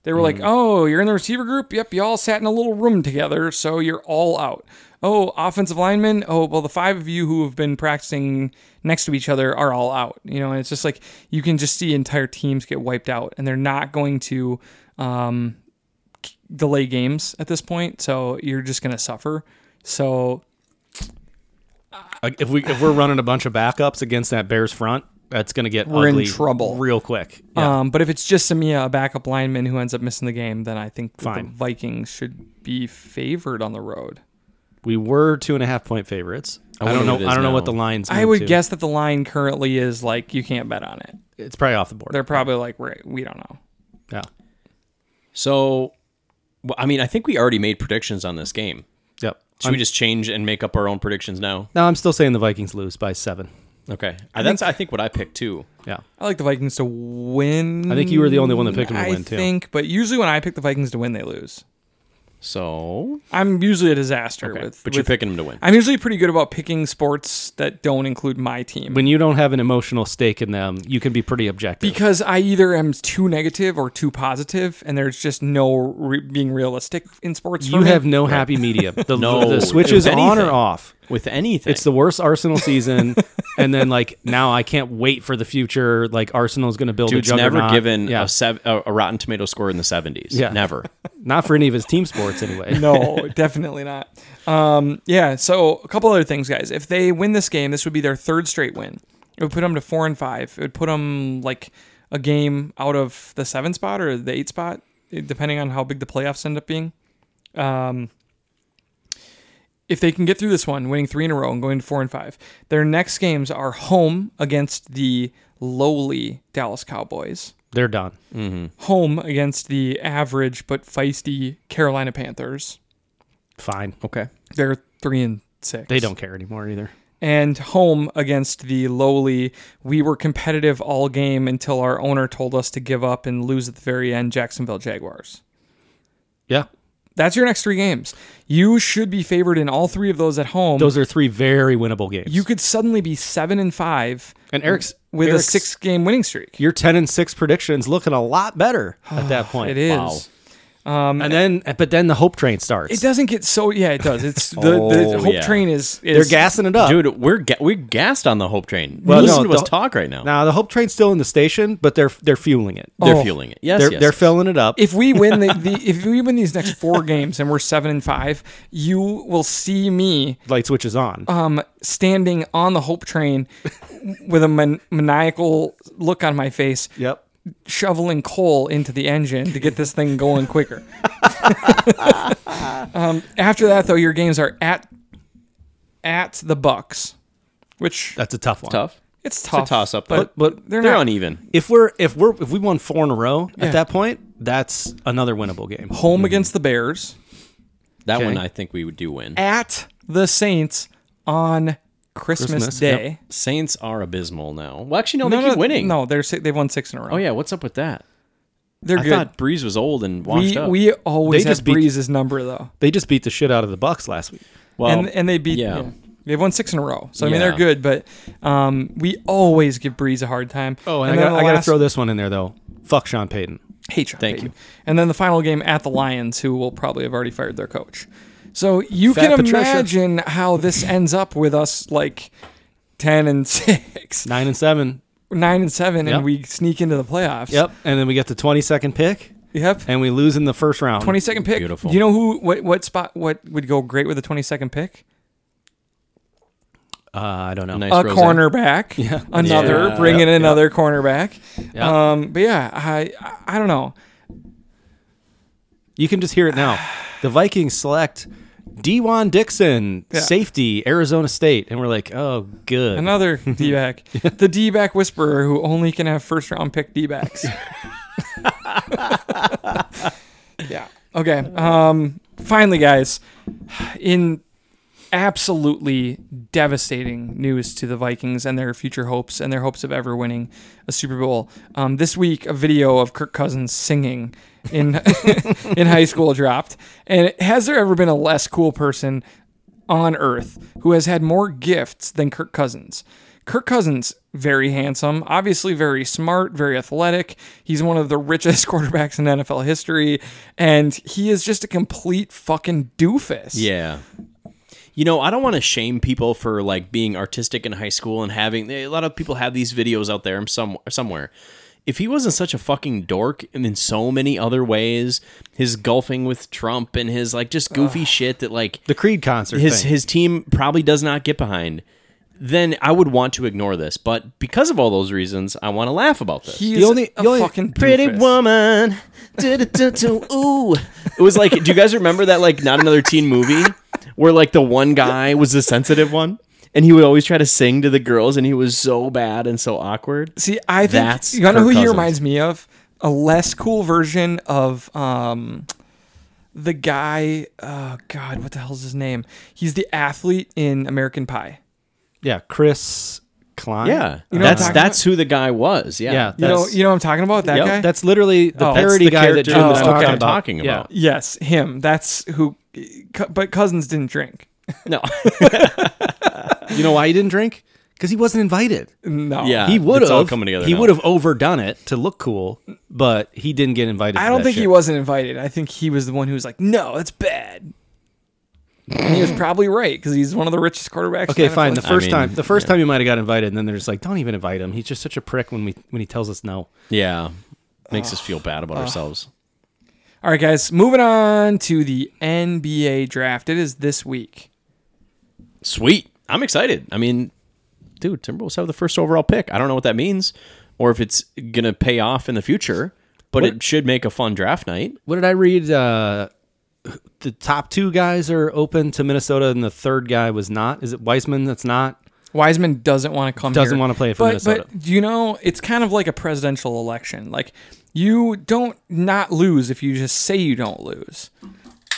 Speaker 1: They were like, "Oh, you're in the receiver group. Yep, you all sat in a little room together, so you're all out." Oh, offensive linemen. Oh, well, the five of you who have been practicing next to each other are all out. You know, and it's just like you can just see entire teams get wiped out, and they're not going to um, k- delay games at this point. So you're just going to suffer. So
Speaker 2: Like, if we if we're running a bunch of backups against that Bears front, that's going to get
Speaker 1: We're in
Speaker 2: ugly
Speaker 1: trouble.
Speaker 2: real quick.
Speaker 1: Um, but if it's just Samia, a backup lineman who ends up missing the game, then I think that the
Speaker 2: Fine.
Speaker 1: Vikings should be favored on the road.
Speaker 2: We were two and a half point favorites. I, don't
Speaker 3: wonder
Speaker 2: know.
Speaker 3: what it
Speaker 2: I don't
Speaker 3: is
Speaker 2: know what
Speaker 3: now.
Speaker 2: the lines.
Speaker 1: I
Speaker 2: move
Speaker 1: would
Speaker 2: to.
Speaker 1: guess that the line currently is like you can't bet on it.
Speaker 2: it's probably off the board.
Speaker 1: They're probably like we're, we don't know.
Speaker 2: yeah,
Speaker 3: So, well, I mean, I think we already made predictions on this game.
Speaker 2: yep.
Speaker 3: Should we just change and make up our own predictions now?
Speaker 2: No, I'm still saying the Vikings lose by seven.
Speaker 3: Okay. I That's I think what I picked too.
Speaker 2: Yeah,
Speaker 1: I like the Vikings to win.
Speaker 2: I think you were the only one that picked them
Speaker 1: I
Speaker 2: to win, too.
Speaker 1: think, but usually when I pick the Vikings to win, they lose.
Speaker 3: So,
Speaker 1: I'm usually a disaster
Speaker 3: okay.
Speaker 1: with.
Speaker 3: but you're
Speaker 1: with-
Speaker 3: picking them to win.
Speaker 1: I'm usually pretty good about picking sports that don't include my team.
Speaker 2: when you don't have an emotional stake in them, you can be pretty objective.
Speaker 1: because I either am too negative or too positive, and there's just no re- being realistic in sports. for
Speaker 2: you
Speaker 1: me.
Speaker 2: have no happy medium. The,
Speaker 3: No,
Speaker 2: the switch is
Speaker 3: if
Speaker 2: on or
Speaker 3: anything.
Speaker 2: off.
Speaker 3: With anything.
Speaker 2: It's the worst Arsenal season, and then like now I can't wait for the future. Like Arsenal's going to build a
Speaker 3: Dude's
Speaker 2: juggernaut.
Speaker 3: never given
Speaker 2: yeah,
Speaker 3: a, sev- a, a Rotten Tomato score in the 70s.
Speaker 2: Yeah.
Speaker 3: Never.
Speaker 2: not for any of his team sports anyway.
Speaker 1: no, definitely not. Um, yeah. So a couple other things, guys. If they win this game, this would be their third straight win. It would put them to four and five. It would put them like a game out of the seven spot or the eight spot, eh, depending on how big the playoffs end up being. Um, if they can get through this one, winning three in a row and going to four and five, their next games are home against the lowly Dallas Cowboys
Speaker 2: They're done.
Speaker 1: home against the average but feisty Carolina Panthers.
Speaker 2: Fine.
Speaker 3: Okay.
Speaker 1: They're three and six.
Speaker 2: They don't care anymore either.
Speaker 1: And home against the lowly. We were competitive all game until our owner told us to give up and lose at the very end. Jacksonville Jaguars.
Speaker 2: Yeah,
Speaker 1: That's your next three games. You should be favored in all three of those at home.
Speaker 2: those are three very winnable games.
Speaker 1: you could suddenly be seven and five
Speaker 2: and Eric's
Speaker 1: with
Speaker 2: Eric's-
Speaker 1: a six-game winning streak.
Speaker 2: Your ten and six predictions looking a lot better at that point.
Speaker 1: It is.
Speaker 3: Wow.
Speaker 1: Um,
Speaker 2: and then, but then the hope train starts.
Speaker 1: it doesn't get so yeah, it does. It's the, the
Speaker 3: Oh,
Speaker 1: hope
Speaker 3: yeah.
Speaker 1: train is,
Speaker 2: They're
Speaker 1: is
Speaker 2: gassing it up,
Speaker 3: Dude, we're ga- we gassed on the hope train.
Speaker 2: Uh, Well,
Speaker 3: Listen
Speaker 2: no,
Speaker 3: to us
Speaker 2: the-
Speaker 3: talk right now.
Speaker 2: Now the hope train's still in the station, but they're they're fueling it.
Speaker 3: they're
Speaker 1: Oh.
Speaker 3: fueling it. Yes,
Speaker 2: they're
Speaker 3: yes.
Speaker 2: they're filling it up.
Speaker 1: if we win the, the if we win these next four games and we're seven and five, you will see me
Speaker 2: Light switch is on.
Speaker 1: um, standing on the Hope Train with a man- maniacal look on my face,
Speaker 2: yep.
Speaker 1: shoveling coal into the engine to get this thing going quicker. um, after that, though, your games are at at the Bucks, which
Speaker 2: That's a tough one.
Speaker 3: tough.
Speaker 1: it's tough.
Speaker 3: It's a toss up,
Speaker 1: but
Speaker 3: but,
Speaker 2: but
Speaker 1: they're
Speaker 3: they're, E.
Speaker 1: not-
Speaker 3: uneven.
Speaker 2: If we're if we're if we won four in a row
Speaker 1: Yeah.
Speaker 2: at that point, that's another winnable game.
Speaker 3: Mm-hmm.
Speaker 1: home against the Bears,
Speaker 3: That
Speaker 2: Okay.
Speaker 3: one I think we would do win.
Speaker 1: at the Saints on Christmas,
Speaker 2: Christmas,
Speaker 1: Day.
Speaker 3: Saints are abysmal now. Well, actually, no, they
Speaker 1: No,
Speaker 3: keep
Speaker 1: no,
Speaker 3: winning.
Speaker 1: No, they're si- they've won six in a row.
Speaker 3: Oh yeah, what's up with that?
Speaker 1: they're
Speaker 3: I
Speaker 1: good.
Speaker 3: thought Breeze was old and washed
Speaker 1: we
Speaker 3: up.
Speaker 1: we always
Speaker 2: They
Speaker 1: have
Speaker 2: just beat-
Speaker 1: Breeze's number though.
Speaker 2: They just beat the shit out of the Bucks last week.
Speaker 3: well,
Speaker 1: and and they beat
Speaker 3: Oh, yeah.
Speaker 1: yeah. They've won six in a row, so I mean they're
Speaker 3: Yeah.
Speaker 1: good, but um, we always give Breeze a hard time.
Speaker 2: Oh, and, I,
Speaker 1: then
Speaker 2: got,
Speaker 1: the
Speaker 2: I got to
Speaker 1: last-
Speaker 2: throw this one in there though. Fuck Sean Payton.
Speaker 1: hate Sean
Speaker 3: Thank
Speaker 1: Payton.
Speaker 3: you.
Speaker 1: And then the final game at the Lions, who will probably have already fired their coach. So you
Speaker 2: Fat
Speaker 1: can
Speaker 2: Patricia.
Speaker 1: imagine how this ends up with us like ten and six,
Speaker 2: Nine and seven.
Speaker 1: nine and seven,
Speaker 2: Yep.
Speaker 1: and we sneak into the playoffs.
Speaker 2: Yep. And then we get the twenty second pick,
Speaker 1: Yep.
Speaker 2: and we lose in the first round.
Speaker 1: Twenty second pick.
Speaker 3: Beautiful.
Speaker 1: Do you know who? What? What spot? What would go great with a twenty second pick?
Speaker 2: Uh, I don't know.
Speaker 3: nice
Speaker 1: a
Speaker 3: rosé.
Speaker 1: cornerback, another
Speaker 3: Yeah.
Speaker 1: bringing
Speaker 3: Yeah.
Speaker 1: another cornerback.
Speaker 2: Yeah.
Speaker 1: Um, but yeah, I I don't know.
Speaker 2: You can just hear it now. The Vikings select Dewan Dixon,
Speaker 1: Yeah.
Speaker 2: safety, Arizona State, and we're like, oh, good.
Speaker 1: Another D back, the D back whisperer who only can have first round pick D backs. yeah. Okay. Um. Finally, guys, in absolutely devastating news to the Vikings and their future hopes and their hopes of ever winning a Super Bowl. Um, this week, a video of Kirk Cousins singing in in high school dropped, and has there ever been a less cool person on earth who has had more gifts than Kirk Cousins? Kirk Cousins, very handsome, obviously very smart, very athletic. He's one of the richest quarterbacks in NFL history, and he is just a complete fucking doofus.
Speaker 3: Yeah. You know, I don't want to shame people for like being artistic in high school and having a lot of people have these videos out there some somewhere. If he wasn't such a fucking dork and in so many other ways, his golfing with Trump and his like just goofy shit that like
Speaker 2: the Creed concert.
Speaker 3: his
Speaker 2: thing.
Speaker 3: his team probably does not get behind, then I would want to ignore this. But because of all those reasons, I want to laugh about this.
Speaker 1: He
Speaker 2: The
Speaker 1: is
Speaker 2: only-
Speaker 1: a
Speaker 2: the only
Speaker 1: fucking
Speaker 3: Pretty
Speaker 1: doofus.
Speaker 3: woman. Du-du-du-du, Ooh. It was like, do you guys remember that, like, not another teen movie where, like, the one guy was the sensitive one and he would always try to sing to the girls and he was so bad and so awkward?
Speaker 1: See, I think
Speaker 3: That's
Speaker 1: you know
Speaker 3: Kirk
Speaker 1: who he
Speaker 3: Cousins.
Speaker 1: reminds me of? A less cool version of um the guy oh god, what the hell's his name? He's the athlete in American Pie.
Speaker 2: yeah, Chris Klein.
Speaker 3: Yeah.
Speaker 1: You know what I'm
Speaker 3: that's
Speaker 1: talking
Speaker 3: that's who the guy was. Yeah.
Speaker 2: Yeah,
Speaker 1: You know
Speaker 2: That's-
Speaker 1: you know what I'm talking about? That
Speaker 3: Yep,
Speaker 1: guy?
Speaker 2: That's literally the
Speaker 1: Oh. That's Oh,
Speaker 2: parody
Speaker 3: the
Speaker 2: guy that
Speaker 3: character
Speaker 2: Jim was
Speaker 1: that I'm
Speaker 2: talking
Speaker 1: talking
Speaker 2: about.
Speaker 3: about.
Speaker 2: Yeah.
Speaker 1: yes, him. That's who Cu- but Cousins didn't drink.
Speaker 3: No.
Speaker 2: You know why he didn't drink? Because he wasn't invited.
Speaker 1: No.
Speaker 3: Yeah.
Speaker 2: He
Speaker 3: Uh, it's
Speaker 2: would
Speaker 3: all
Speaker 2: have.
Speaker 3: coming together
Speaker 2: He
Speaker 3: now.
Speaker 2: would have overdone it to look cool, but he didn't get invited.
Speaker 1: I
Speaker 2: to
Speaker 1: don't
Speaker 2: that
Speaker 1: think he
Speaker 2: shit.
Speaker 1: wasn't invited. I think he was the one who was like, "No, that's bad." And he was probably right because he's one of the richest quarterbacks.
Speaker 2: Okay,
Speaker 1: in
Speaker 2: fine. The
Speaker 1: NFL.
Speaker 2: first
Speaker 3: mean,
Speaker 2: time, the first time he might have got invited, and then they're just like, "Don't even invite him. He's just such a prick when we when he tells us no."
Speaker 3: yeah. Makes us feel bad about ourselves.
Speaker 1: All right, guys, moving on to the NBA draft. It is this week.
Speaker 3: Sweet. I'm excited. I mean, dude, Timberwolves have the first overall pick. I don't know what that means or if it's going to pay off in the future, but it should make a fun draft night.
Speaker 2: What did I read? Uh, the top two guys are open to Minnesota, and the third guy was not. Is it Weisman? That's not.
Speaker 1: Wiseman doesn't want to come.
Speaker 2: Doesn't
Speaker 1: here.
Speaker 2: wanna play for
Speaker 1: but,
Speaker 2: Minnesota.
Speaker 1: But you know, it's kind of like a presidential election. Like you don't not lose if you just say you don't lose.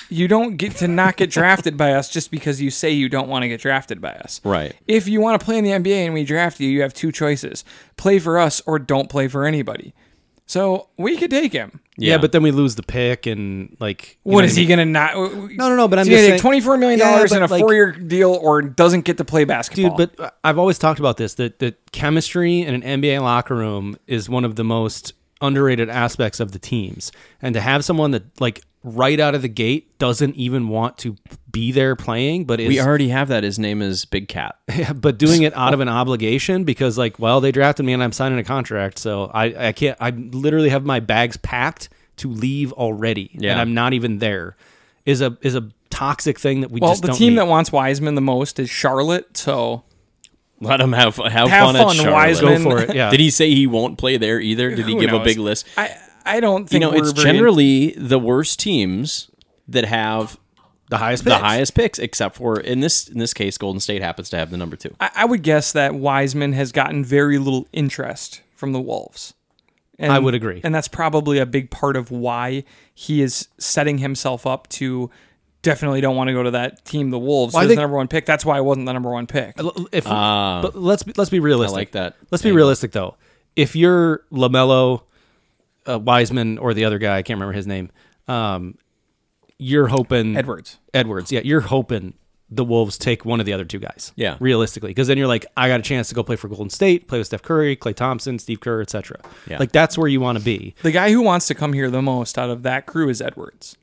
Speaker 1: You don't get to not get drafted by us just because you say you don't want to get drafted by us.
Speaker 3: Right.
Speaker 1: If you want to play in the NBA and we draft you, you have two choices: play for us or don't play for anybody. So we could take him.
Speaker 2: Yeah.
Speaker 3: Yeah.
Speaker 2: but then we lose the pick, and like, you
Speaker 1: What
Speaker 2: know
Speaker 1: is
Speaker 2: I
Speaker 1: he
Speaker 2: mean?
Speaker 1: gonna not? No,
Speaker 2: no, no, but I'm
Speaker 1: he's
Speaker 2: just
Speaker 1: gonna take
Speaker 2: saying-
Speaker 1: twenty four million
Speaker 2: Yeah,
Speaker 1: dollars
Speaker 2: but
Speaker 1: in a
Speaker 2: like-
Speaker 1: four year deal, or doesn't get to play basketball.
Speaker 2: Dude, but uh, I've always talked about this that that chemistry in an NBA locker room is one of the most underrated aspects of the teams, and to have someone that like right out of the gate doesn't even want to be there playing, but is
Speaker 3: We already have that. His name is Big Cat.
Speaker 2: Yeah, but doing it out of an obligation because like well they drafted me and i'm signing a contract so i i can't i literally have my bags packed to leave already
Speaker 3: Yeah.
Speaker 2: and i'm not even there is a is a toxic thing that we
Speaker 1: Well,
Speaker 2: just
Speaker 1: the
Speaker 2: don't
Speaker 1: team
Speaker 2: need.
Speaker 1: that wants Wiseman the most is Charlotte. So
Speaker 3: Let him have
Speaker 1: Have
Speaker 3: have, fun,
Speaker 1: fun,
Speaker 3: at Charlotte.
Speaker 1: Wiseman.
Speaker 2: go for it yeah
Speaker 3: Did he say he won't play there either? Did he
Speaker 1: who
Speaker 3: give a
Speaker 1: knows?
Speaker 3: big list?
Speaker 1: I I don't
Speaker 3: You
Speaker 1: think
Speaker 3: know,
Speaker 1: we're
Speaker 3: it's
Speaker 1: very-
Speaker 3: generally the worst teams that have
Speaker 2: the highest
Speaker 3: the
Speaker 2: picks.
Speaker 3: highest picks, except for in this in this case, Golden State happens to have the number two.
Speaker 1: I, I would guess that Wiseman has gotten very little interest from the Wolves. And,
Speaker 2: I would agree.
Speaker 1: and that's probably a big part of why he is setting himself up to definitely don't want to go to that team, the Wolves.
Speaker 2: I
Speaker 1: was
Speaker 2: think-
Speaker 1: the number one pick. That's why I wasn't the number one pick.
Speaker 2: L- if but let's be, let's be realistic
Speaker 3: Ah. like that
Speaker 2: let's be realistic though if you're lamelo uh, wiseman or the other guy i can't remember his name um you're hoping
Speaker 1: Edwards.
Speaker 2: Edwards. Yeah, you're hoping the Wolves take one of the other two guys.
Speaker 3: Yeah.
Speaker 2: realistically, because then you're like, I got a chance to go play for Golden State, play with Steph Curry, Clay Thompson, Steve Kerr, etc.
Speaker 3: Yeah.
Speaker 2: Like that's where you want to be.
Speaker 1: The guy who wants to come here the most out of that crew is Edwards.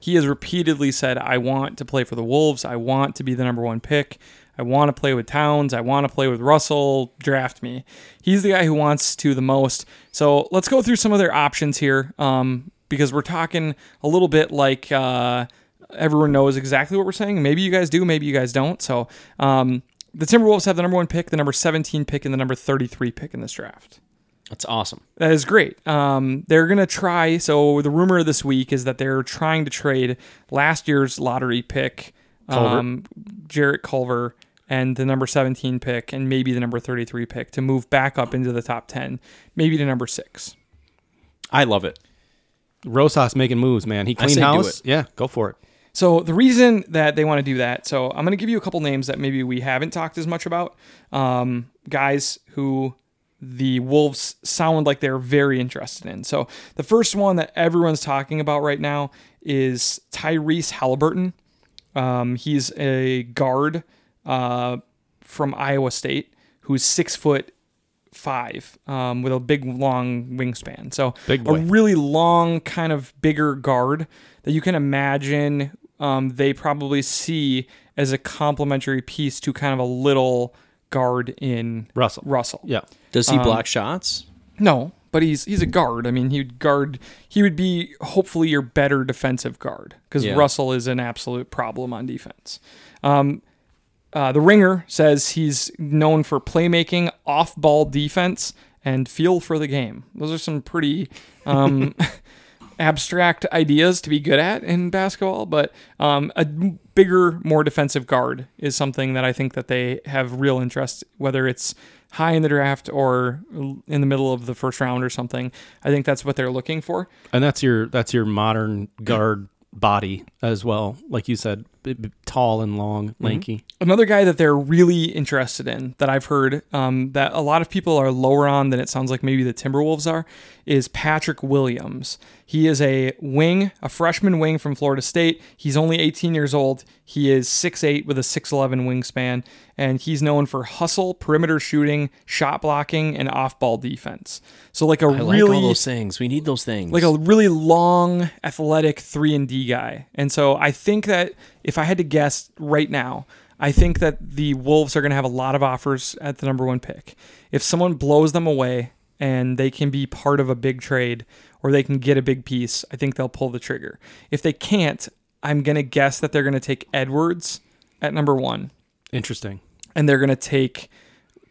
Speaker 1: He has repeatedly said, I want to play for the Wolves. I want to be the number one pick. I want to play with Towns. I want to play with Russell. Draft me. He's the guy who wants to the most. So let's go through some of their options here um, because we're talking a little bit like uh, everyone knows exactly what we're saying. Maybe you guys do, maybe you guys don't. So um, the Timberwolves have the number one pick, the number 17 pick, and the number 33 pick in this draft.
Speaker 3: That's awesome.
Speaker 1: That is great. Um, they're going to try. So the rumor this week is that they're trying to trade last year's lottery pick, um, Jarrett Culver, and the number 17 pick, and maybe the number 33 pick to move back up into the top 10, maybe to number six.
Speaker 3: I love it.
Speaker 2: Rosas making moves, man. He
Speaker 3: say
Speaker 2: clean
Speaker 3: do
Speaker 2: house.
Speaker 3: it.
Speaker 2: Yeah, go for it.
Speaker 1: So the reason that they want to do that, so I'm going to give you a couple names that maybe we haven't talked as much about, um, guys who the Wolves sound like they're very interested in. So the first one that everyone's talking about right now is Tyrese Halliburton. Um, he's a guard uh, from Iowa State who's six foot five um, with a big long wingspan. So
Speaker 2: Big boy.
Speaker 1: a really long kind of bigger guard that you can imagine um, they probably see as a complementary piece to kind of a little guard in
Speaker 2: Russell.
Speaker 1: Russell.
Speaker 2: Yeah,
Speaker 3: Does
Speaker 1: Um,
Speaker 3: he block shots?
Speaker 1: No, but he's he's a guard. I mean, he would guard. He would be hopefully your better defensive guard because
Speaker 3: Yeah.
Speaker 1: Russell is an absolute problem on defense. Um, uh, the Ringer says he's known for playmaking, off-ball defense, and feel for the game. Those are some pretty um, abstract ideas to be good at in basketball, but um, a bigger, more defensive guard is something that I think that they have real interest. Whether it's high in the draft or in the middle of the first round or something, I think that's what they're looking for.
Speaker 2: and that's your that's your modern guard body as well. Like you said, b- b- tall and long, lanky.
Speaker 1: another guy that they're really interested in that I've heard um, that a lot of people are lower on than it sounds like maybe the Timberwolves are is Patrick Williams. He is a wing, a freshman wing from Florida State. He's only 18 years old. He is 6'8 with a 6'11 wingspan, and he's known for hustle, perimeter shooting, shot blocking, and off ball defense. So, like a
Speaker 3: I
Speaker 1: really
Speaker 3: like all those things. We need those things.
Speaker 1: like a really long, athletic three and D guy. And so I think that if I had to guess right now, I think that the Wolves are going to have a lot of offers at the number one pick. If someone blows them away and they can be part of a big trade or they can get a big piece, I think they'll pull the trigger. If they can't, I'm going to guess that they're going to take Edwards at number one
Speaker 2: Interesting.
Speaker 1: and they're going to take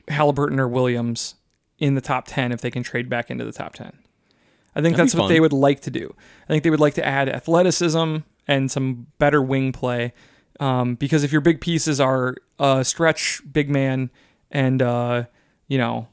Speaker 1: Halliburton or Williams in the top 10 if they can trade back into the top 10. I think
Speaker 3: That'd
Speaker 1: that's
Speaker 3: be
Speaker 1: what
Speaker 3: fun.
Speaker 1: they would like to do. I think they would like to add athleticism and some better wing play um, because if your big pieces are uh, stretch big man and, uh, you know,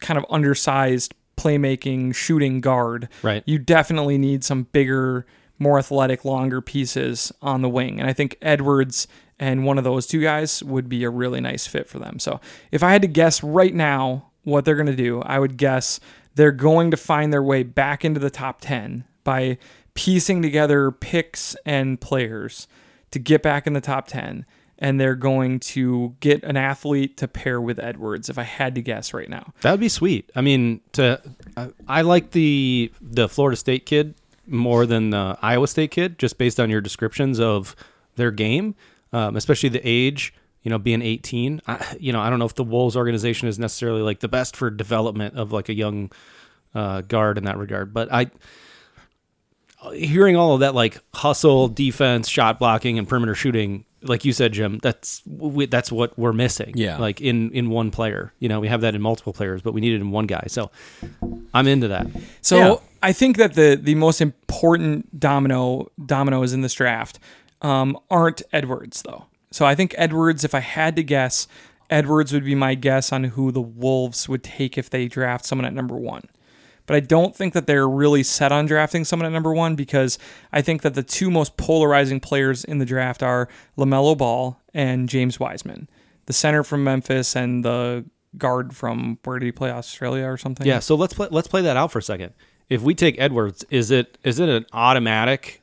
Speaker 1: kind of undersized playmaking shooting guard,
Speaker 2: Right.
Speaker 1: you definitely need some bigger, more athletic, longer pieces on the wing. And I think Edwards and one of those two guys would be a really nice fit for them. So if I had to guess right now what they're going to do, I would guess they're going to find their way back into the top 10 by piecing together picks and players to get back in the top 10. And they're going to get an athlete to pair with Edwards, if I had to guess right now.
Speaker 2: That would be sweet. I mean, to I, I like the the Florida State kid more than the Iowa State kid, just based on your descriptions of their game, um, especially the age. You know, being 18, I, you know, I don't know if the Wolves organization is necessarily like the best for development of like a young uh, guard in that regard. But I, hearing all of that like hustle, defense, shot blocking, and perimeter shooting, like you said, Jim, that's we, that's what we're missing.
Speaker 3: Yeah.
Speaker 2: like in in one player. You know, we have that in multiple players, but we need it in one guy. So I'm into that.
Speaker 1: So
Speaker 3: Yeah.
Speaker 1: I think that the the most important domino dominoes in this draft um, aren't Edwards though. So I think Edwards, if I had to guess, Edwards would be my guess on who the Wolves would take if they draft someone at number one. But I don't think that they're really set on drafting someone at number one because I think that the two most polarizing players in the draft are LaMelo Ball and James Wiseman, the center from Memphis and the guard from where did he play, Australia or something?
Speaker 2: Yeah, so let's play let's play that out for a second. If we take Edwards, is it is it an automatic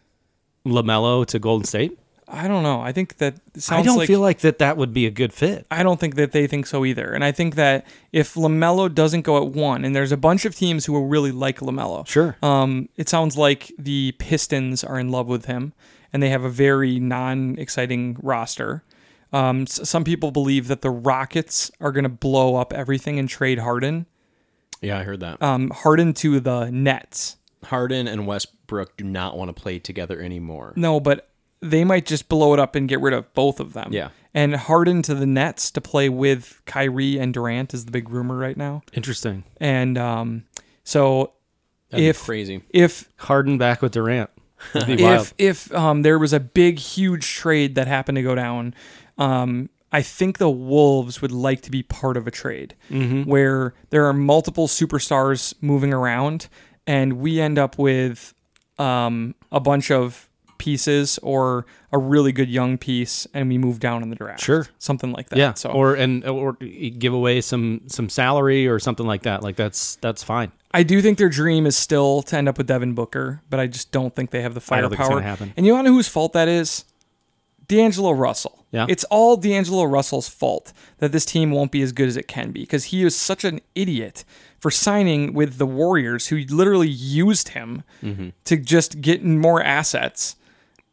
Speaker 2: Lamelo to Golden State?
Speaker 1: I don't know. I think that sounds
Speaker 2: I don't
Speaker 1: like,
Speaker 2: feel like that that would be a good fit.
Speaker 1: I don't think that they think so either. And I think that if LaMelo doesn't go at one, and there's a bunch of teams who will really like LaMelo.
Speaker 2: Sure.
Speaker 1: Um, it sounds like the Pistons are in love with him, and they have a very non exciting roster. Um, s- some people believe that the Rockets are going to blow up everything and trade Harden.
Speaker 3: Yeah, I heard that.
Speaker 1: Um, Harden to the Nets.
Speaker 3: Harden and Westbrook do not want to play together anymore.
Speaker 1: No, but they might just blow it up and get rid of both of them.
Speaker 3: Yeah.
Speaker 1: And Harden to the Nets to play with Kyrie and Durant is the big rumor right now.
Speaker 2: Interesting.
Speaker 1: And um, so
Speaker 3: That'd be
Speaker 1: if-
Speaker 3: crazy.
Speaker 1: if
Speaker 2: Harden back with Durant. That'd be wild.
Speaker 1: if if um, there was a big huge trade that happened to go down, um, I think the Wolves would like to be part of a trade
Speaker 2: Mm-hmm.
Speaker 1: where there are multiple superstars moving around, and we end up with um, a bunch of pieces or a really good young piece, and we move down in the draft.
Speaker 2: Sure.
Speaker 1: something like that.
Speaker 2: Yeah.
Speaker 1: So
Speaker 2: Or and or give away some some salary or something like that. Like that's that's fine.
Speaker 1: I do think their dream is still to end up with Devin Booker, but I just don't think they have the
Speaker 2: I
Speaker 1: firepower.
Speaker 2: don't think it's gonna happen.
Speaker 1: And you want to know whose fault that is? D'Angelo Russell.
Speaker 2: Yeah.
Speaker 1: It's all D'Angelo Russell's fault that this team won't be as good as it can be because he is such an idiot for signing with the Warriors, who literally used him
Speaker 2: Mm-hmm.
Speaker 1: to just get more assets.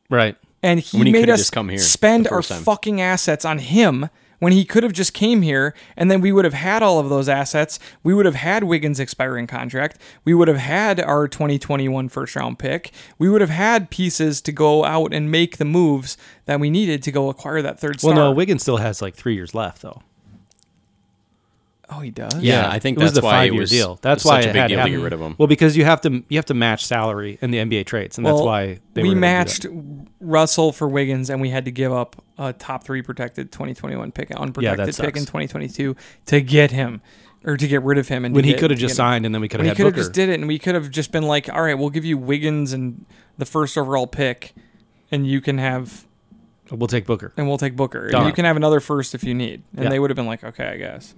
Speaker 2: Right.
Speaker 1: And he
Speaker 3: When he
Speaker 1: made
Speaker 3: could've
Speaker 1: us
Speaker 3: just come here the
Speaker 1: spend our
Speaker 3: first time.
Speaker 1: fucking assets on him when he could have just came here and then we would have had all of those assets. We would have had Wiggins' expiring contract. We would have had our 2021 first round pick. We would have had pieces to go out and make the moves that we needed to go acquire that third star.
Speaker 2: Well, no, Wiggins still has like three years left though.
Speaker 1: oh, he does?
Speaker 3: Yeah, I think
Speaker 2: it was
Speaker 3: that's
Speaker 2: the
Speaker 3: why it
Speaker 2: five-year
Speaker 3: was-
Speaker 2: deal.
Speaker 3: it
Speaker 2: That's
Speaker 3: was
Speaker 2: why
Speaker 3: such a
Speaker 2: it
Speaker 3: big
Speaker 2: had to
Speaker 3: deal to
Speaker 2: happen.
Speaker 3: get rid of him.
Speaker 2: Well, because you have to you have to match salary in the NBA trades, and that's
Speaker 1: Well,
Speaker 2: why they
Speaker 1: we
Speaker 2: were able to do that.
Speaker 1: matched Russell for Wiggins, and we had to give up a top three protected 2021 pick, unprotected pick
Speaker 2: sucks.
Speaker 1: in 2022 to get him or to get rid of him. And
Speaker 2: when
Speaker 1: to
Speaker 2: he
Speaker 1: get-
Speaker 2: could have
Speaker 1: to
Speaker 2: just
Speaker 1: get him.
Speaker 2: signed, and then we could have
Speaker 1: We
Speaker 2: had
Speaker 1: could have
Speaker 2: Booker.
Speaker 1: just did it, and we could have just been like, "All right, we'll give you Wiggins and the first overall pick, and you can have,
Speaker 2: We'll take Booker.
Speaker 1: and we'll take Booker. And
Speaker 2: Done.
Speaker 1: you can have another first if you need." And
Speaker 2: Yeah.
Speaker 1: they would have been like, "Okay, I guess."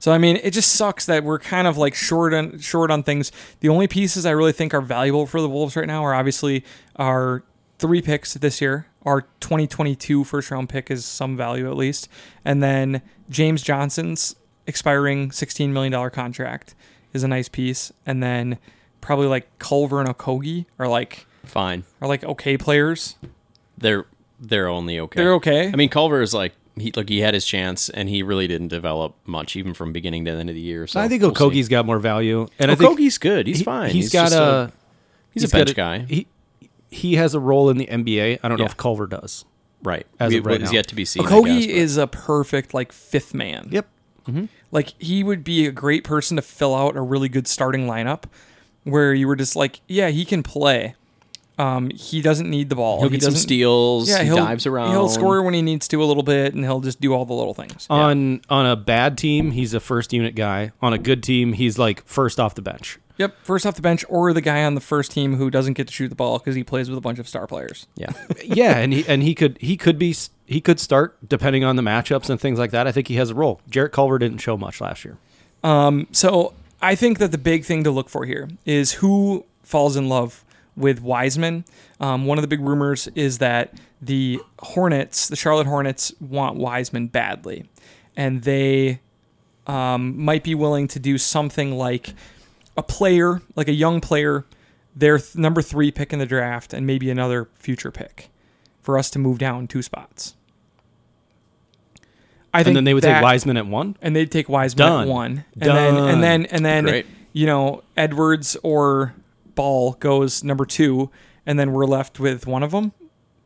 Speaker 1: So I mean, it just sucks that we're kind of like short on short on things. The only pieces I really think are valuable for the Wolves right now are obviously our three picks this year. Our 2022 first round pick is some value at least, and then James Johnson's expiring 16 million dollar contract is a nice piece, and then probably like Culver and Okogie are like
Speaker 3: Fine.
Speaker 1: are like okay players.
Speaker 3: They're they're only okay.
Speaker 1: They're okay.
Speaker 3: I mean, Culver is like he look he had his chance and he really didn't develop much even from beginning to the end of the year. So
Speaker 2: I think
Speaker 3: we'll
Speaker 2: Okogie's
Speaker 3: see.
Speaker 2: got more value, and I think
Speaker 3: Okogie's good. He's
Speaker 2: he-
Speaker 3: fine.
Speaker 2: he's got
Speaker 3: just
Speaker 2: a,
Speaker 3: he's, a
Speaker 2: got
Speaker 3: bench guy.
Speaker 2: He he has a role in the NBA. I don't know
Speaker 3: Yeah.
Speaker 2: if Culver does.
Speaker 3: right.
Speaker 2: as
Speaker 3: we,
Speaker 2: of right
Speaker 3: it's
Speaker 2: now.
Speaker 3: yet to be seen. I
Speaker 1: Okogie
Speaker 3: guess, but-
Speaker 1: is a perfect like fifth man.
Speaker 2: Yep.
Speaker 1: Like he would be a great person to fill out a really good starting lineup where you were just like, yeah, he can play. Um, he doesn't need the ball.
Speaker 3: he'll
Speaker 1: he
Speaker 3: get some
Speaker 1: doesn't-
Speaker 3: steals.
Speaker 1: Yeah,
Speaker 3: he
Speaker 1: he'll
Speaker 3: dives around.
Speaker 1: He'll score when he needs to a little bit, and he'll just do all the little things.
Speaker 3: Uh,
Speaker 2: On on a bad team, he's a first unit guy. On a good team, he's like first off the bench.
Speaker 1: yep, first off the bench, or the guy on the first team who doesn't get to shoot the ball because he plays with a bunch of star players.
Speaker 3: Yeah.
Speaker 2: yeah, and he and he could he could be s- he could start depending on the matchups and things like that. I think he has a role. Jarrett Culver didn't show much last year.
Speaker 1: So I think that the big thing to look for here is who falls in love with Wiseman. Um, one of the big rumors is that the Hornets, the Charlotte Hornets, want Wiseman badly, and they um, might be willing to do something like a player, like a young player their th- number three pick in the draft and maybe another future pick for us to move down two spots. I think
Speaker 2: and then they would
Speaker 1: that,
Speaker 2: take Wiseman at one.
Speaker 1: and they'd take Wiseman
Speaker 2: Done.
Speaker 1: at one, and then
Speaker 2: Done.
Speaker 1: and then and then
Speaker 3: Great.
Speaker 1: you know Edwards or Ball goes number two, and then we're left with one of them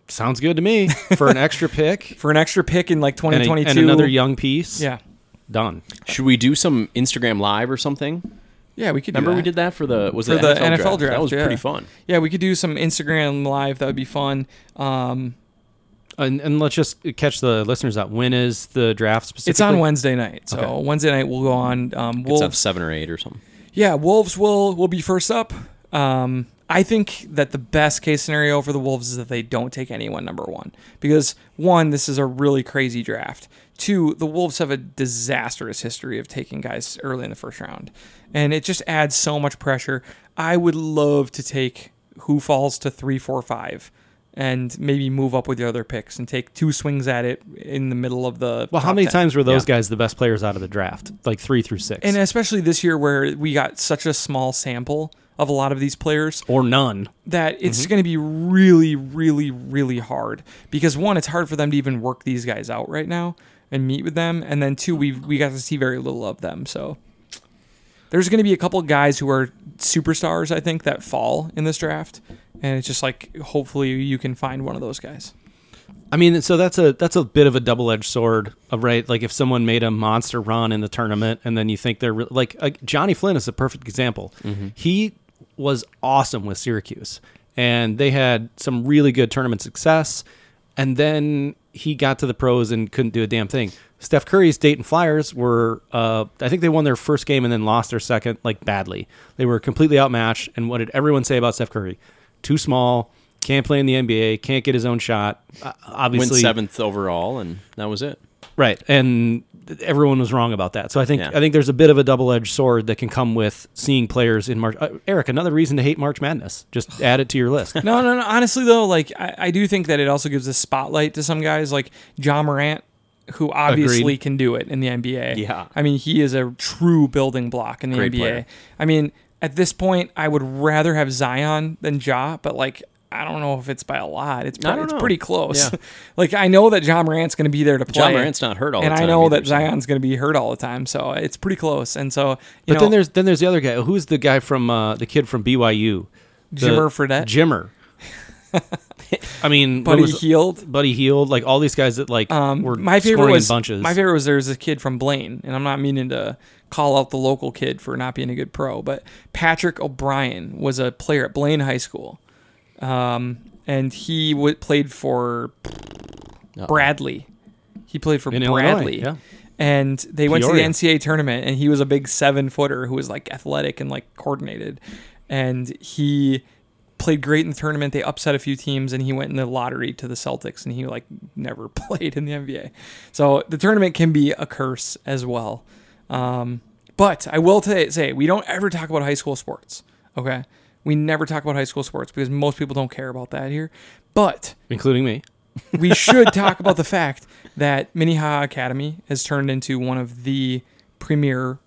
Speaker 2: Sounds good to me for an extra pick
Speaker 1: for an extra pick in like
Speaker 2: and, a-
Speaker 1: 2022.
Speaker 2: and another young piece.
Speaker 1: yeah,
Speaker 2: done.
Speaker 3: Should we do some Instagram live or something?
Speaker 1: yeah, we could.
Speaker 3: Remember
Speaker 1: do that.
Speaker 3: we did that for the was
Speaker 1: For
Speaker 3: it
Speaker 1: the
Speaker 3: NFL,
Speaker 1: NFL
Speaker 3: draft?
Speaker 1: draft,
Speaker 3: That was
Speaker 1: yeah.
Speaker 3: pretty fun.
Speaker 1: Yeah, we could do some Instagram live. That would be fun. Um,
Speaker 2: And, and let's just catch the listeners up. When is the draft specifically?
Speaker 1: it's on Wednesday night, so
Speaker 2: Okay.
Speaker 1: Wednesday night we'll go on. Um,
Speaker 3: It's up
Speaker 1: Wolves,
Speaker 3: seven or eight or something.
Speaker 1: yeah, Wolves will will be first up. Um, I think that the best case scenario for the Wolves is that they don't take anyone number one because one, this is a really crazy draft. Two, the Wolves have a disastrous history of taking guys early in the first round, and it just adds so much pressure. I would love to take who falls to three, four, five. and maybe move up with your other picks and take two swings at it in the middle of the.
Speaker 2: Well, how
Speaker 1: top
Speaker 2: many
Speaker 1: 10.
Speaker 2: times were those guys the best players out of the draft? Like three through six,
Speaker 1: And especially this year where we got such a small sample of a lot of these players
Speaker 2: or none.
Speaker 1: that it's going to be really, really, really hard because one, it's hard for them to even work these guys out right now and meet with them, and then two, we we got to see very little of them. So there's going to be a couple guys who are superstars, I think, that fall in this draft, and it's just like hopefully you can find one of those guys.
Speaker 2: I mean, so that's a that's a bit of a double edged sword, uh, right? Like if someone made a monster run in the tournament, and then you think they're re- like uh, Johnny Flynn is a perfect example. He was awesome with Syracuse, and they had some really good tournament success. And then he got to the pros and couldn't do a damn thing. Steph Curry's Dayton Flyers were, uh, I think they won their first game and then lost their second, like badly. They were completely outmatched. And what did everyone say about Steph Curry? Too small, can't play in the NBA, can't get his own shot. Uh,
Speaker 3: Went
Speaker 2: obviously,
Speaker 3: seventh overall, and that was it.
Speaker 2: right? And everyone was wrong about that. So I think
Speaker 3: Yeah.
Speaker 2: I think there's a bit of a double edged sword that can come with seeing players in March. Uh, Eric, another reason to hate March Madness. Just add it to your list.
Speaker 1: No, no, no. Honestly, though, like I, I do think that it also gives a spotlight to some guys, like John Morant, who obviously
Speaker 2: Agreed.
Speaker 1: can do it in the NBA.
Speaker 3: Yeah.
Speaker 1: I mean, he is a true building block in the
Speaker 3: Great
Speaker 1: NBA.
Speaker 3: player.
Speaker 1: I mean, at this point, I would rather have Zion than Ja, but like. I don't know if it's by a lot. It's
Speaker 3: I
Speaker 1: pretty,
Speaker 3: don't
Speaker 1: it's
Speaker 3: know.
Speaker 1: pretty close.
Speaker 3: Yeah.
Speaker 1: like I know that John Morant's going to be there to play.
Speaker 3: John Morant's not hurt all the
Speaker 1: and
Speaker 3: time
Speaker 1: I know
Speaker 3: either,
Speaker 1: that
Speaker 3: so-
Speaker 1: Zion's going to be hurt all the time. So it's pretty close. And so, you
Speaker 2: But
Speaker 1: know,
Speaker 2: then there's then there's the other guy. Who's the guy from uh, the kid from BYU? The-
Speaker 1: Jimmer Fredette?
Speaker 2: Jimmer. I mean, what
Speaker 1: Buddy
Speaker 2: was-
Speaker 1: Hield.
Speaker 2: Buddy Healed, like all these guys that like were
Speaker 1: my favorite
Speaker 2: scoring
Speaker 1: was
Speaker 2: in bunches.
Speaker 1: my favorite was there was a kid from Blaine, and I'm not meaning to call out the local kid for not being a good pro, but Patrick O'Brien was a player at Blaine High School, um, and he w- played for Bradley. He played for
Speaker 2: In Illinois,
Speaker 1: Bradley.
Speaker 2: yeah.
Speaker 1: And they went to the
Speaker 2: Peoria.
Speaker 1: NCAA tournament, and he was a big seven footer who was like athletic and like coordinated. And he played great in the tournament. They upset a few teams, and he went in the lottery to the Celtics, and he like never played in the NBA. So the tournament can be a curse as well. Um, but I will t- say we don't ever talk about high school sports. Okay, we never talk about high school sports because most people don't care about that here. But
Speaker 2: including me.
Speaker 1: we should talk about the fact that Minnehaha Academy has turned into one of the premier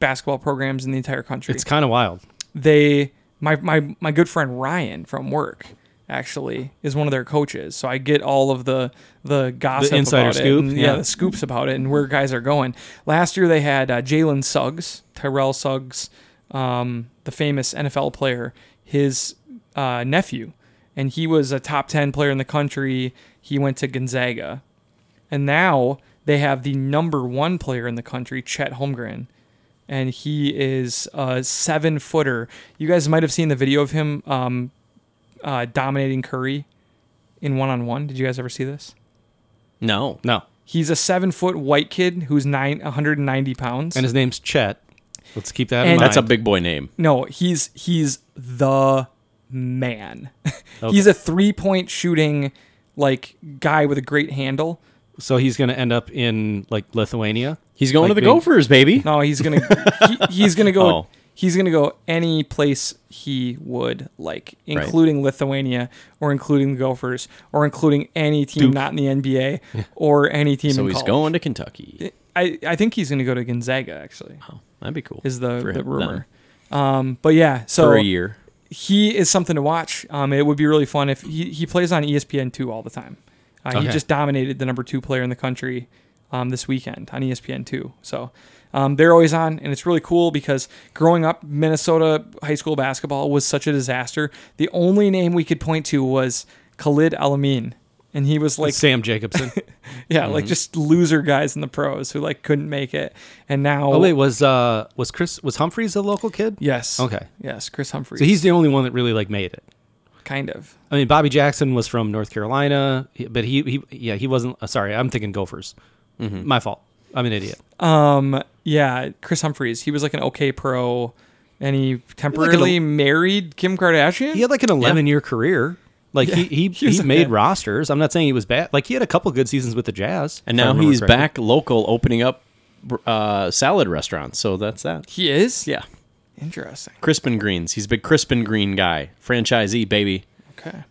Speaker 1: basketball programs in the entire country.
Speaker 2: It's kind of wild.
Speaker 1: they my my my good friend Ryan from work actually is one of their coaches, so I get all of the the gossip,
Speaker 2: The insider
Speaker 1: about it
Speaker 2: scoop,
Speaker 1: and, yeah.
Speaker 2: yeah.
Speaker 1: the scoops about it, and where guys are going. Last year they had uh, Jalen Suggs, Tyrell Suggs, um, the famous NFL player, his uh, nephew, and he was a top ten player in the country. He went to Gonzaga, and now they have the number one player in the country, Chet Holmgren, and he is a seven footer. You guys might have seen the video of him um, uh, dominating Curry in one on one. Did you guys ever see this?
Speaker 3: No,
Speaker 2: No,
Speaker 1: He's a seven foot white kid who's nine, 190 pounds.
Speaker 2: and his name's Chet. Let's keep that in
Speaker 1: And-
Speaker 2: mind.
Speaker 3: that's a big boy name.
Speaker 1: no, he's he's the man. he's a three point shooting like guy with a great handle.
Speaker 2: so he's going to end up in like Lithuania.
Speaker 3: He's going
Speaker 2: Like
Speaker 3: to the
Speaker 2: being-
Speaker 3: Gophers, baby.
Speaker 1: No, he's gonna he, he's gonna go
Speaker 3: Oh.
Speaker 1: he's gonna go any place he would like,
Speaker 3: Right.
Speaker 1: including Lithuania or including the Gophers or including any team not in the NBA or any team.
Speaker 3: So
Speaker 1: in
Speaker 3: he's
Speaker 1: college.
Speaker 3: going to Kentucky.
Speaker 1: I I think he's gonna go to Gonzaga actually.
Speaker 3: Oh, that'd be cool.
Speaker 1: Is the,
Speaker 3: For
Speaker 1: the
Speaker 3: him,
Speaker 1: rumor. Um, but yeah, so
Speaker 3: for a year?
Speaker 1: he is something to watch. Um, it would be really fun if he, he plays on E ESPN two all the time. Uh, He
Speaker 3: Okay.
Speaker 1: just dominated the number two player in the country um, this weekend on ESPN two. So um, they're always on, and it's really cool because growing up, Minnesota high school basketball was such a disaster. The only name we could point to was Khalid Alamin, and he was like
Speaker 2: Sam Jacobson.
Speaker 1: yeah,
Speaker 2: Mm-hmm.
Speaker 1: like just loser guys in the pros who like couldn't make it, and now
Speaker 2: oh wait, was uh was Chris was Humphreys a local kid?
Speaker 1: yes,
Speaker 2: Okay.
Speaker 1: yes, Chris Humphreys,
Speaker 2: So he's the only one that really like made it.
Speaker 1: kind of
Speaker 2: I mean, Bobby Jackson was from North Carolina, he- but he he yeah he wasn't. uh, sorry, I'm thinking Gophers. My fault. I'm an idiot.
Speaker 1: um yeah, Chris Humphreys. He was like an okay pro, and he temporarily married Kim Kardashian.
Speaker 2: He had like an 11 year career. Like he
Speaker 1: he
Speaker 2: he, he,
Speaker 1: was a
Speaker 2: made
Speaker 1: man.
Speaker 2: rosters. I'm not saying he was bad. Like he had a couple good seasons with the Jazz.
Speaker 3: And
Speaker 2: if I
Speaker 3: now
Speaker 2: remember
Speaker 3: he's
Speaker 2: correctly.
Speaker 3: back local opening up uh, salad restaurants. So that's that.
Speaker 1: He is
Speaker 3: Yeah.
Speaker 1: interesting.
Speaker 3: Crispin Greens. He's a big Crispin Green guy. Franchisee, baby.
Speaker 1: Okay.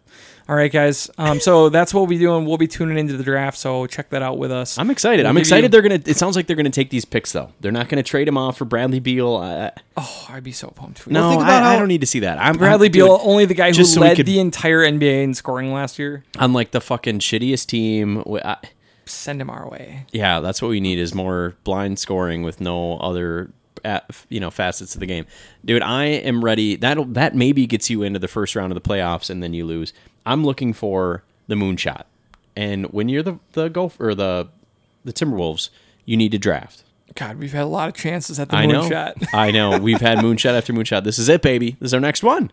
Speaker 1: All right, guys. Um, so that's what we'll be doing. We'll be tuning into the draft, so check that out with us.
Speaker 3: I'm excited. I'm
Speaker 1: Maybe-
Speaker 3: excited. They're gonna. It sounds like they're gonna take these picks though. They're not gonna trade him off for Bradley Beal. I,
Speaker 1: Oh, I'd be so pumped. if we-
Speaker 3: no,
Speaker 2: think about
Speaker 3: I, I
Speaker 2: how-
Speaker 3: don't need to see that. I'm
Speaker 1: Bradley
Speaker 3: I'm- dude,
Speaker 1: Beal, only the guy who
Speaker 3: just so we
Speaker 1: led
Speaker 3: could-
Speaker 1: the entire NBA in scoring last year.
Speaker 3: on like the fucking shittiest team. Wh- I-
Speaker 1: Send him our way.
Speaker 3: yeah, that's what we need is more blind scoring with no other uh, you know facets of the game. Dude, I am ready. That that maybe gets you into the first round of the playoffs and then you lose. I'm looking for the moonshot. And when you're the the golf or the the Timberwolves, you need to draft.
Speaker 1: God, we've had a lot of chances at the
Speaker 3: I know.
Speaker 1: moonshot.
Speaker 3: I know. We've had moonshot after moonshot. This is it, baby. This is our next one.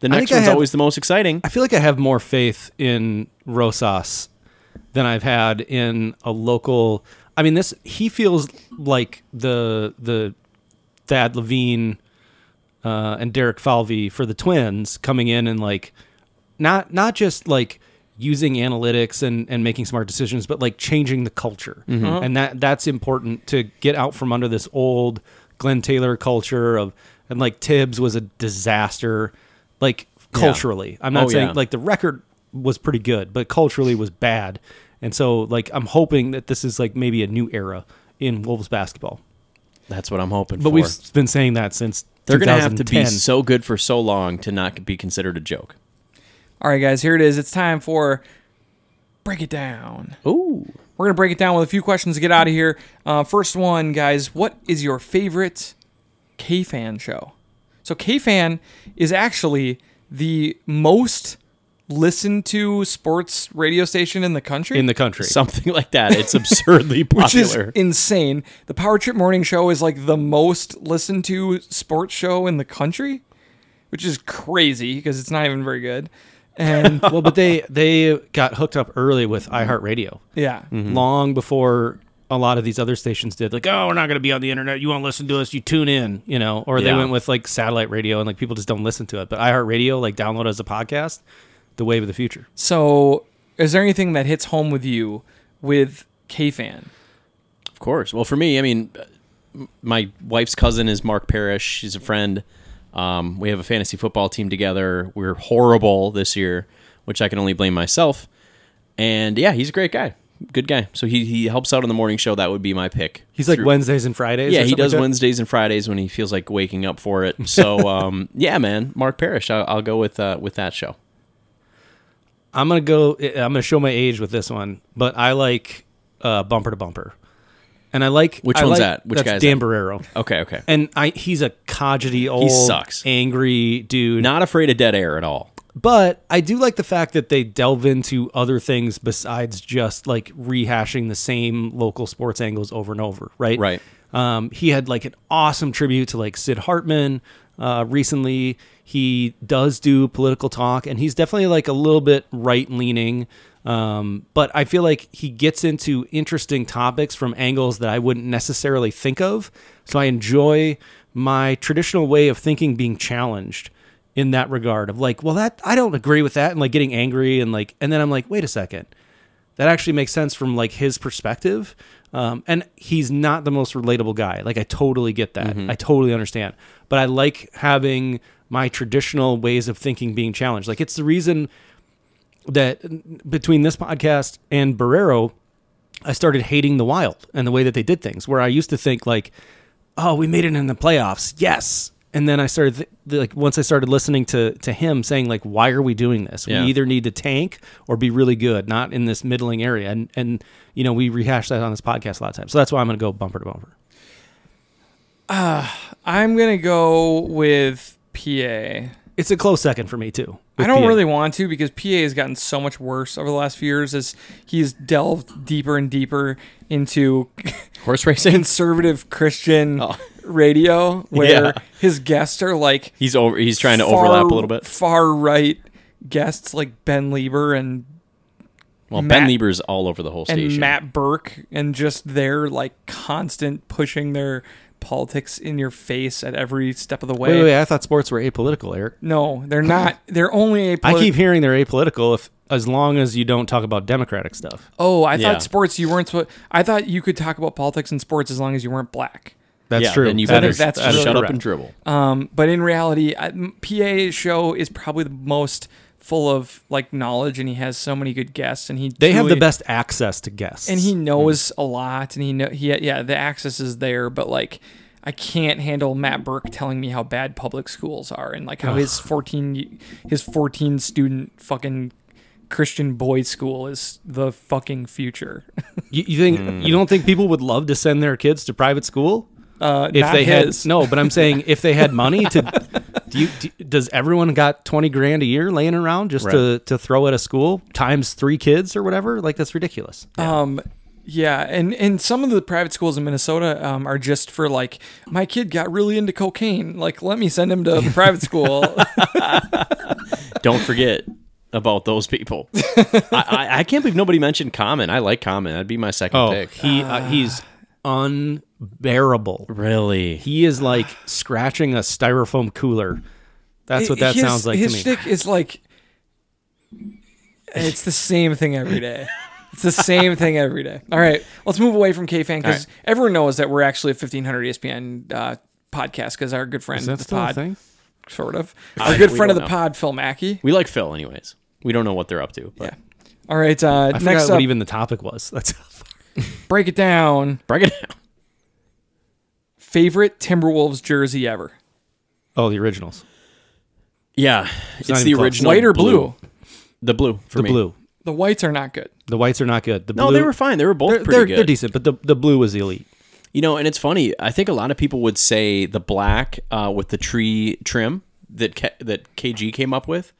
Speaker 3: The
Speaker 2: think
Speaker 3: next
Speaker 2: I
Speaker 3: one's
Speaker 2: have-
Speaker 3: always the most exciting.
Speaker 2: I feel like I have more faith in Rosas than I've had in a local. I mean, this he feels like the the Thad Levine uh, and Derek Falvey for the Twins coming in and like not not just like using analytics and and making smart decisions, but like changing the culture, and that that's important to get out from under this old Glenn Taylor culture of and like Tibbs was a disaster, like culturally. I'm not
Speaker 3: Oh,
Speaker 2: saying
Speaker 3: yeah.
Speaker 2: like the record was pretty good, but culturally was bad. And so like I'm hoping that this is like maybe a new era in Wolves basketball.
Speaker 3: That's what I'm hoping
Speaker 2: But
Speaker 3: for.
Speaker 2: we've s- been saying that since
Speaker 3: They're going to have to be
Speaker 2: 2010.
Speaker 3: so good for so long to not be considered a joke.
Speaker 1: All right, guys, here it is. It's time for break it down.
Speaker 3: Ooh.
Speaker 1: We're gonna break it down with a few questions to get out of here. Uh, first one, guys, what is your favorite K fan show? So K fan is actually the most listened to sports radio station in the country.
Speaker 2: in the country.
Speaker 3: Something like that. It's absurdly
Speaker 1: which is
Speaker 3: popular.
Speaker 1: insane. The Power Trip Morning Show is like the most listened to sports show in the country, which is crazy because it's not even very good. And
Speaker 2: well, but they they got hooked up early with iHeartRadio,
Speaker 1: yeah,
Speaker 2: Mm.
Speaker 3: Mm-hmm.
Speaker 2: long before a lot of these other stations did. Like, oh, we're not going to be on the internet. You won't listen to us. You tune in, you know. Or they
Speaker 3: Yeah.
Speaker 2: went with like satellite radio, and like people just don't listen to it. But iHeartRadio, like download as a podcast, the wave of the future.
Speaker 1: So, is there anything that hits home with you with K fan?
Speaker 3: of course. Well, for me, I mean, uh, m- my wife's cousin is Mark Parrish. She's a friend. Um, we have a fantasy football team together. We're horrible this year, which I can only blame myself. And yeah, he's a great guy. Good guy. So he, he helps out on the morning show. That would be my pick.
Speaker 2: He's like
Speaker 3: Through-
Speaker 2: Wednesdays and Fridays.
Speaker 3: Yeah,
Speaker 2: or
Speaker 3: he
Speaker 2: something
Speaker 3: does
Speaker 2: like that?
Speaker 3: Wednesdays and Fridays when he feels like waking up for it. So, um, yeah, man, Mark Parrish, I'll, I'll go with uh, with that show.
Speaker 2: I'm gonna go. eh, I'm gonna show my age with this one, but I like uh, bumper to bumper, and I like
Speaker 3: Which
Speaker 2: I
Speaker 3: one's
Speaker 2: like-
Speaker 3: that? Which
Speaker 2: that's
Speaker 3: guy's
Speaker 2: Dan
Speaker 3: that?
Speaker 2: Barrero.
Speaker 3: Okay, okay.
Speaker 2: And I, he's a codgety old,
Speaker 3: sucks.
Speaker 2: angry dude.
Speaker 3: Not afraid of dead air at all.
Speaker 2: But I do like the fact that they delve into other things besides just like rehashing the same local sports angles over and over, right?
Speaker 3: Right.
Speaker 2: Um, he had like an awesome tribute to like Sid Hartman uh, recently. He does do political talk, and he's definitely like a little bit right leaning. Um, but I feel like he gets into interesting topics from angles that I wouldn't necessarily think of. So I enjoy my traditional way of thinking being challenged in that regard of like, well, that I don't agree with that, and like getting angry and like, and then I'm like, wait a second that actually makes sense from like his perspective um, and he's not the most relatable guy like i totally get that i totally understand but i like having my traditional ways of thinking being challenged like it's the reason that between this podcast and barrero i started hating the wild and the way that they did things where i used to think like oh we made it in the playoffs yes and then I started th- th- like once I started listening to to him saying like why are we doing this?
Speaker 3: Yeah.
Speaker 2: We either need to tank or be really good, not in this middling area. And and you know we rehash that on this podcast a lot of times. So that's why I'm going to go bumper to bumper.
Speaker 1: I'm gonna go with PA.
Speaker 2: It's a close second for me too.
Speaker 1: I
Speaker 2: with
Speaker 1: don't
Speaker 2: PA.
Speaker 1: really want to because PA has gotten so much worse over the last few years as he's delved deeper and deeper into
Speaker 3: Horse racing.
Speaker 1: conservative Christian radio where
Speaker 3: Oh. Yeah.
Speaker 1: his guests are like
Speaker 3: He's over. He's trying to
Speaker 1: far-
Speaker 3: overlap a little bit.
Speaker 1: Far right guests like Ben Lieber and
Speaker 3: Well,
Speaker 1: Matt-
Speaker 3: Ben Lieber's all over the whole
Speaker 1: and
Speaker 3: station.
Speaker 1: Matt Burke and just their like constant pushing their politics in your face at every step of the way.
Speaker 2: Wait, wait, wait, I thought sports were apolitical, Eric.
Speaker 1: No, they're not. They're only a
Speaker 2: I keep hearing they're apolitical if as long as you don't talk about democratic stuff.
Speaker 1: Oh, I
Speaker 3: Yeah.
Speaker 1: thought sports you weren't spo- I thought you could talk about politics and sports as long as you weren't black.
Speaker 2: That's
Speaker 3: yeah,
Speaker 2: true.
Speaker 3: Then you
Speaker 2: That
Speaker 3: better
Speaker 2: is-
Speaker 1: that's
Speaker 3: that's
Speaker 2: that
Speaker 1: true.
Speaker 2: is
Speaker 3: shut up
Speaker 2: correct.
Speaker 3: and dribble.
Speaker 1: Um, but in reality, I, m- PA's show is probably the most full of like knowledge, and he has so many good guests, and he
Speaker 2: They have
Speaker 1: truly-
Speaker 2: the best Mm. access to guests.
Speaker 1: and he knows a lot, and he know he yeah the access is there, but like I can't handle Matt Burke telling me how bad public schools are, and like how his fourteen y- his fourteen student fucking Christian boys school is the fucking future.
Speaker 2: you, you think
Speaker 1: Mm.
Speaker 2: you don't think people would love to send their kids to private school?
Speaker 1: Uh,
Speaker 2: if
Speaker 1: not
Speaker 2: they
Speaker 1: his.
Speaker 2: had no but i'm saying if they had money to do you, do, does everyone got 20 grand a year laying around just to, to throw at a school times three kids or whatever like that's ridiculous
Speaker 1: Um, yeah, and and some of the private schools in Minnesota um, are just for like my kid got really into cocaine. Like, let me send him to private school.
Speaker 3: Don't forget about those people. I, I, I can't believe nobody mentioned Common. I like Common. That'd be my second pick.
Speaker 2: he
Speaker 1: Ah.
Speaker 2: uh, he's unbearable
Speaker 3: Really?
Speaker 2: he is like scratching a styrofoam cooler that's what that
Speaker 1: His-
Speaker 2: sounds like to
Speaker 1: His
Speaker 2: me
Speaker 1: shtick is like it's the same thing every day. It's the same thing every day. All right, let's move away from K fan because everyone knows that we're actually a fifteen hundred ESPN uh, podcast because our good friend of the pod, sort of, our
Speaker 3: I-
Speaker 1: good
Speaker 3: we
Speaker 1: friend of the
Speaker 3: don't know.
Speaker 1: pod, Phil Mackey.
Speaker 3: we like Phil, anyways. We don't know what they're up to. But
Speaker 1: Yeah. All right, uh,
Speaker 2: i forgot
Speaker 1: next
Speaker 2: what
Speaker 1: up,
Speaker 2: even the topic was that's
Speaker 1: break it down.
Speaker 3: break it down.
Speaker 1: favorite Timberwolves jersey ever?
Speaker 2: oh the originals
Speaker 3: Yeah, it's,
Speaker 2: not
Speaker 3: the
Speaker 2: even close.
Speaker 3: original
Speaker 1: White or blue?
Speaker 3: The blue for
Speaker 2: the
Speaker 3: me.
Speaker 2: blue
Speaker 1: The whites are not good.
Speaker 2: the whites are not good the
Speaker 3: No,
Speaker 2: blue,
Speaker 3: they were fine. They were both
Speaker 2: they're,
Speaker 3: pretty
Speaker 2: they're,
Speaker 3: good.
Speaker 2: they're decent but the, the blue was the elite
Speaker 3: You know, and it's funny. I think a lot of people would say the black uh, with the tree trim that K- that KG came up with.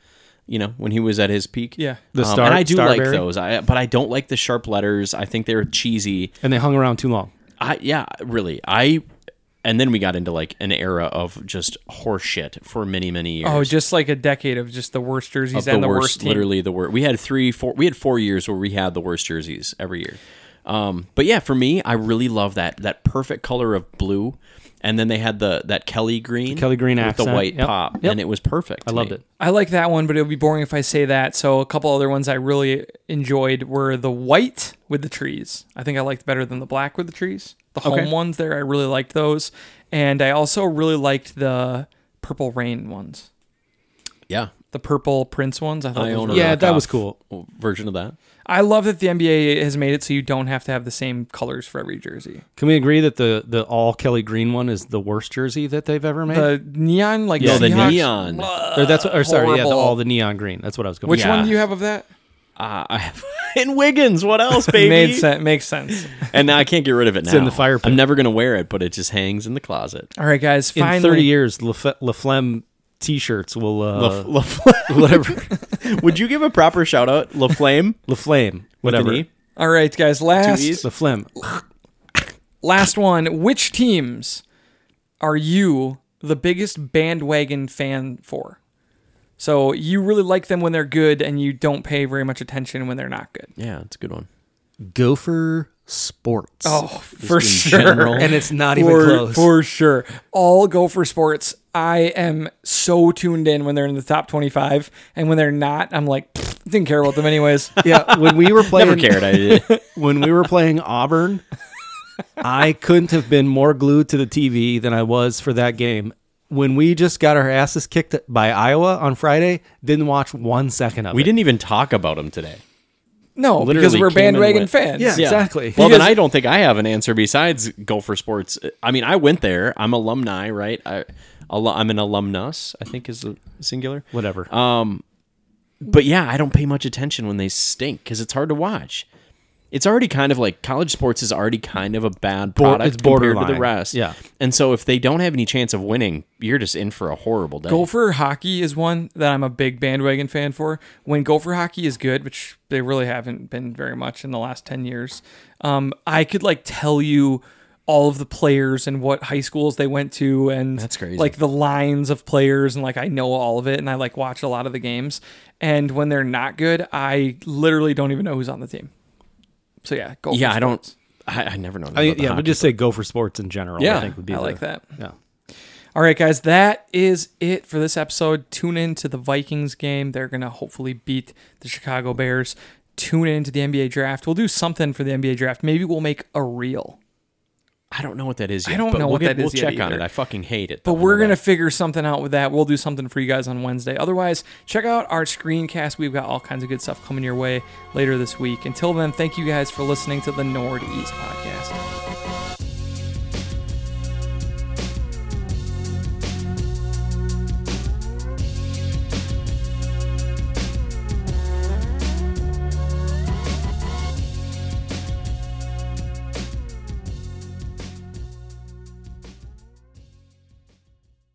Speaker 3: You know, when he was at his peak.
Speaker 1: Yeah.
Speaker 2: The
Speaker 3: Um,
Speaker 2: star-
Speaker 3: and I do like
Speaker 2: starberry?
Speaker 3: those. I but I don't like the sharp letters. I think they're cheesy.
Speaker 2: and they hung around too long
Speaker 3: I yeah, really. I and then we got into like an era of just horseshit for many many years.
Speaker 1: Oh, just like a decade of just the worst jerseys
Speaker 3: the,
Speaker 1: and the
Speaker 3: worst,
Speaker 1: worst, team.
Speaker 3: literally the worst. We had three, four. We had four years where we had the worst jerseys every year. Um, but yeah, for me, I really love that that perfect color of blue, and then they had the that Kelly green,
Speaker 2: Kelly green
Speaker 3: with the
Speaker 2: accent.
Speaker 3: white
Speaker 2: Yep.
Speaker 3: pop,
Speaker 2: Yep.
Speaker 3: and it was perfect.
Speaker 2: i loved it
Speaker 1: I like that one, but it would be boring if I say that. So a couple other ones I really enjoyed were the white with the trees. I think I liked better than the black with the trees. The home ones there, I really liked those, and I also really liked the purple rain ones.
Speaker 3: Yeah,
Speaker 1: The purple prince ones. I thought.
Speaker 3: I
Speaker 1: those
Speaker 3: own
Speaker 1: were-
Speaker 3: a
Speaker 2: Yeah,
Speaker 3: knockoff
Speaker 2: that was cool.
Speaker 3: version of that.
Speaker 1: I love that the NBA has made it so you don't have to have the same colors for every jersey.
Speaker 2: Can we agree that the the all Kelly Green one is the worst jersey that they've ever made?
Speaker 1: The neon, like
Speaker 3: No, Oh, the
Speaker 1: Seahawks-
Speaker 3: neon.
Speaker 2: or that's or sorry, yeah, the,
Speaker 1: horrible.
Speaker 2: all the neon green. That's what I was going.
Speaker 1: Which
Speaker 2: with.
Speaker 3: Yeah.
Speaker 1: one do you have of that?
Speaker 3: Uh, I have in Wiggins. What else, baby?
Speaker 1: Made sense. Makes sense.
Speaker 3: And now I can't get rid of it. It's now
Speaker 2: in the fire pit.
Speaker 3: I'm never gonna wear it, but it just hangs in the closet.
Speaker 1: All right, guys.
Speaker 2: in
Speaker 1: Finally,
Speaker 2: thirty years, Laf- Laflem t-shirts will uh, whatever
Speaker 3: Would you give a proper shout out, La Flame?
Speaker 2: Laflame whatever
Speaker 3: E?
Speaker 1: All right, guys. Last,
Speaker 3: E's?
Speaker 2: Laflem.
Speaker 1: last one. Which teams are you the biggest bandwagon fan for? So you really like them when they're good, and you don't pay very much attention when they're not good.
Speaker 3: Yeah, it's a good one.
Speaker 2: Gopher Sports.
Speaker 1: Oh, for
Speaker 3: in
Speaker 1: sure.
Speaker 3: general.
Speaker 2: and it's not even
Speaker 1: For,
Speaker 2: close.
Speaker 1: for sure. All Gopher Sports. I am so tuned in when they're in the top 25. And when they're not, I'm like, "Pfft, didn't care about them anyways.
Speaker 2: yeah, when we were playing,
Speaker 3: Never cared. I did.
Speaker 2: when we were playing Auburn, I couldn't have been more glued to the TV than I was for that game. When we just got our asses kicked by Iowa on Friday, didn't watch one second of
Speaker 3: We
Speaker 2: it.
Speaker 3: didn't even talk about him today.
Speaker 1: No, because
Speaker 3: Literally
Speaker 1: we're
Speaker 3: came and
Speaker 1: bandwagon
Speaker 3: went.
Speaker 1: fans.
Speaker 2: Yeah. Exactly.
Speaker 3: Well, then
Speaker 1: Because-
Speaker 3: I don't think I have an answer besides Gopher Sports. I mean, I went there. I'm alumni, right? I, al- I'm an alumnus, I think is the singular.
Speaker 2: Whatever.
Speaker 3: But yeah, I don't pay much attention when they stink because it's hard to watch. It's already kind of like college sports is already kind of a bad
Speaker 2: Bor-
Speaker 3: product
Speaker 2: it's
Speaker 3: compared to the
Speaker 2: borderline.
Speaker 3: rest.
Speaker 2: Yeah.
Speaker 3: and so if they don't have any chance of winning, you're just in for a horrible day.
Speaker 1: Gopher hockey is one that I'm a big bandwagon fan for. When Gopher hockey is good, which they really haven't been very much in the last 10 years, um, I could like tell you all of the players and what high schools they went to and
Speaker 3: That's crazy.
Speaker 1: like the lines of players and like I know all of it and I like watch a lot of the games. And when they're not good, I literally don't even know who's on the team. So yeah, Gopher
Speaker 3: yeah, I
Speaker 1: sports.
Speaker 3: don't. I, I never know.
Speaker 2: I,
Speaker 3: about the
Speaker 2: yeah,
Speaker 3: hockey.
Speaker 2: but just say go for sports in general.
Speaker 3: Yeah,
Speaker 2: I think would be
Speaker 1: I
Speaker 2: the-
Speaker 1: like that.
Speaker 2: Yeah.
Speaker 1: All right, guys, that is it for this episode. Tune in to the Vikings game. They're going to hopefully beat the Chicago Bears. Tune in to the NBA draft. We'll do something for the NBA draft. Maybe we'll make a reel,
Speaker 3: I don't know what that is. Yet,
Speaker 1: don't
Speaker 3: but
Speaker 1: know
Speaker 3: we'll
Speaker 1: what that
Speaker 3: get- We'll
Speaker 1: is yet
Speaker 3: check on
Speaker 1: either.
Speaker 3: it. I fucking hate it.
Speaker 1: but
Speaker 3: though.
Speaker 1: we're
Speaker 3: I know
Speaker 1: going to
Speaker 3: that.
Speaker 1: figure something out with that. We'll do something for you guys on Wednesday. Otherwise, check out our screencast. We've got all kinds of good stuff coming your way later this week. Until then, thank you guys for listening to the Nord East podcast.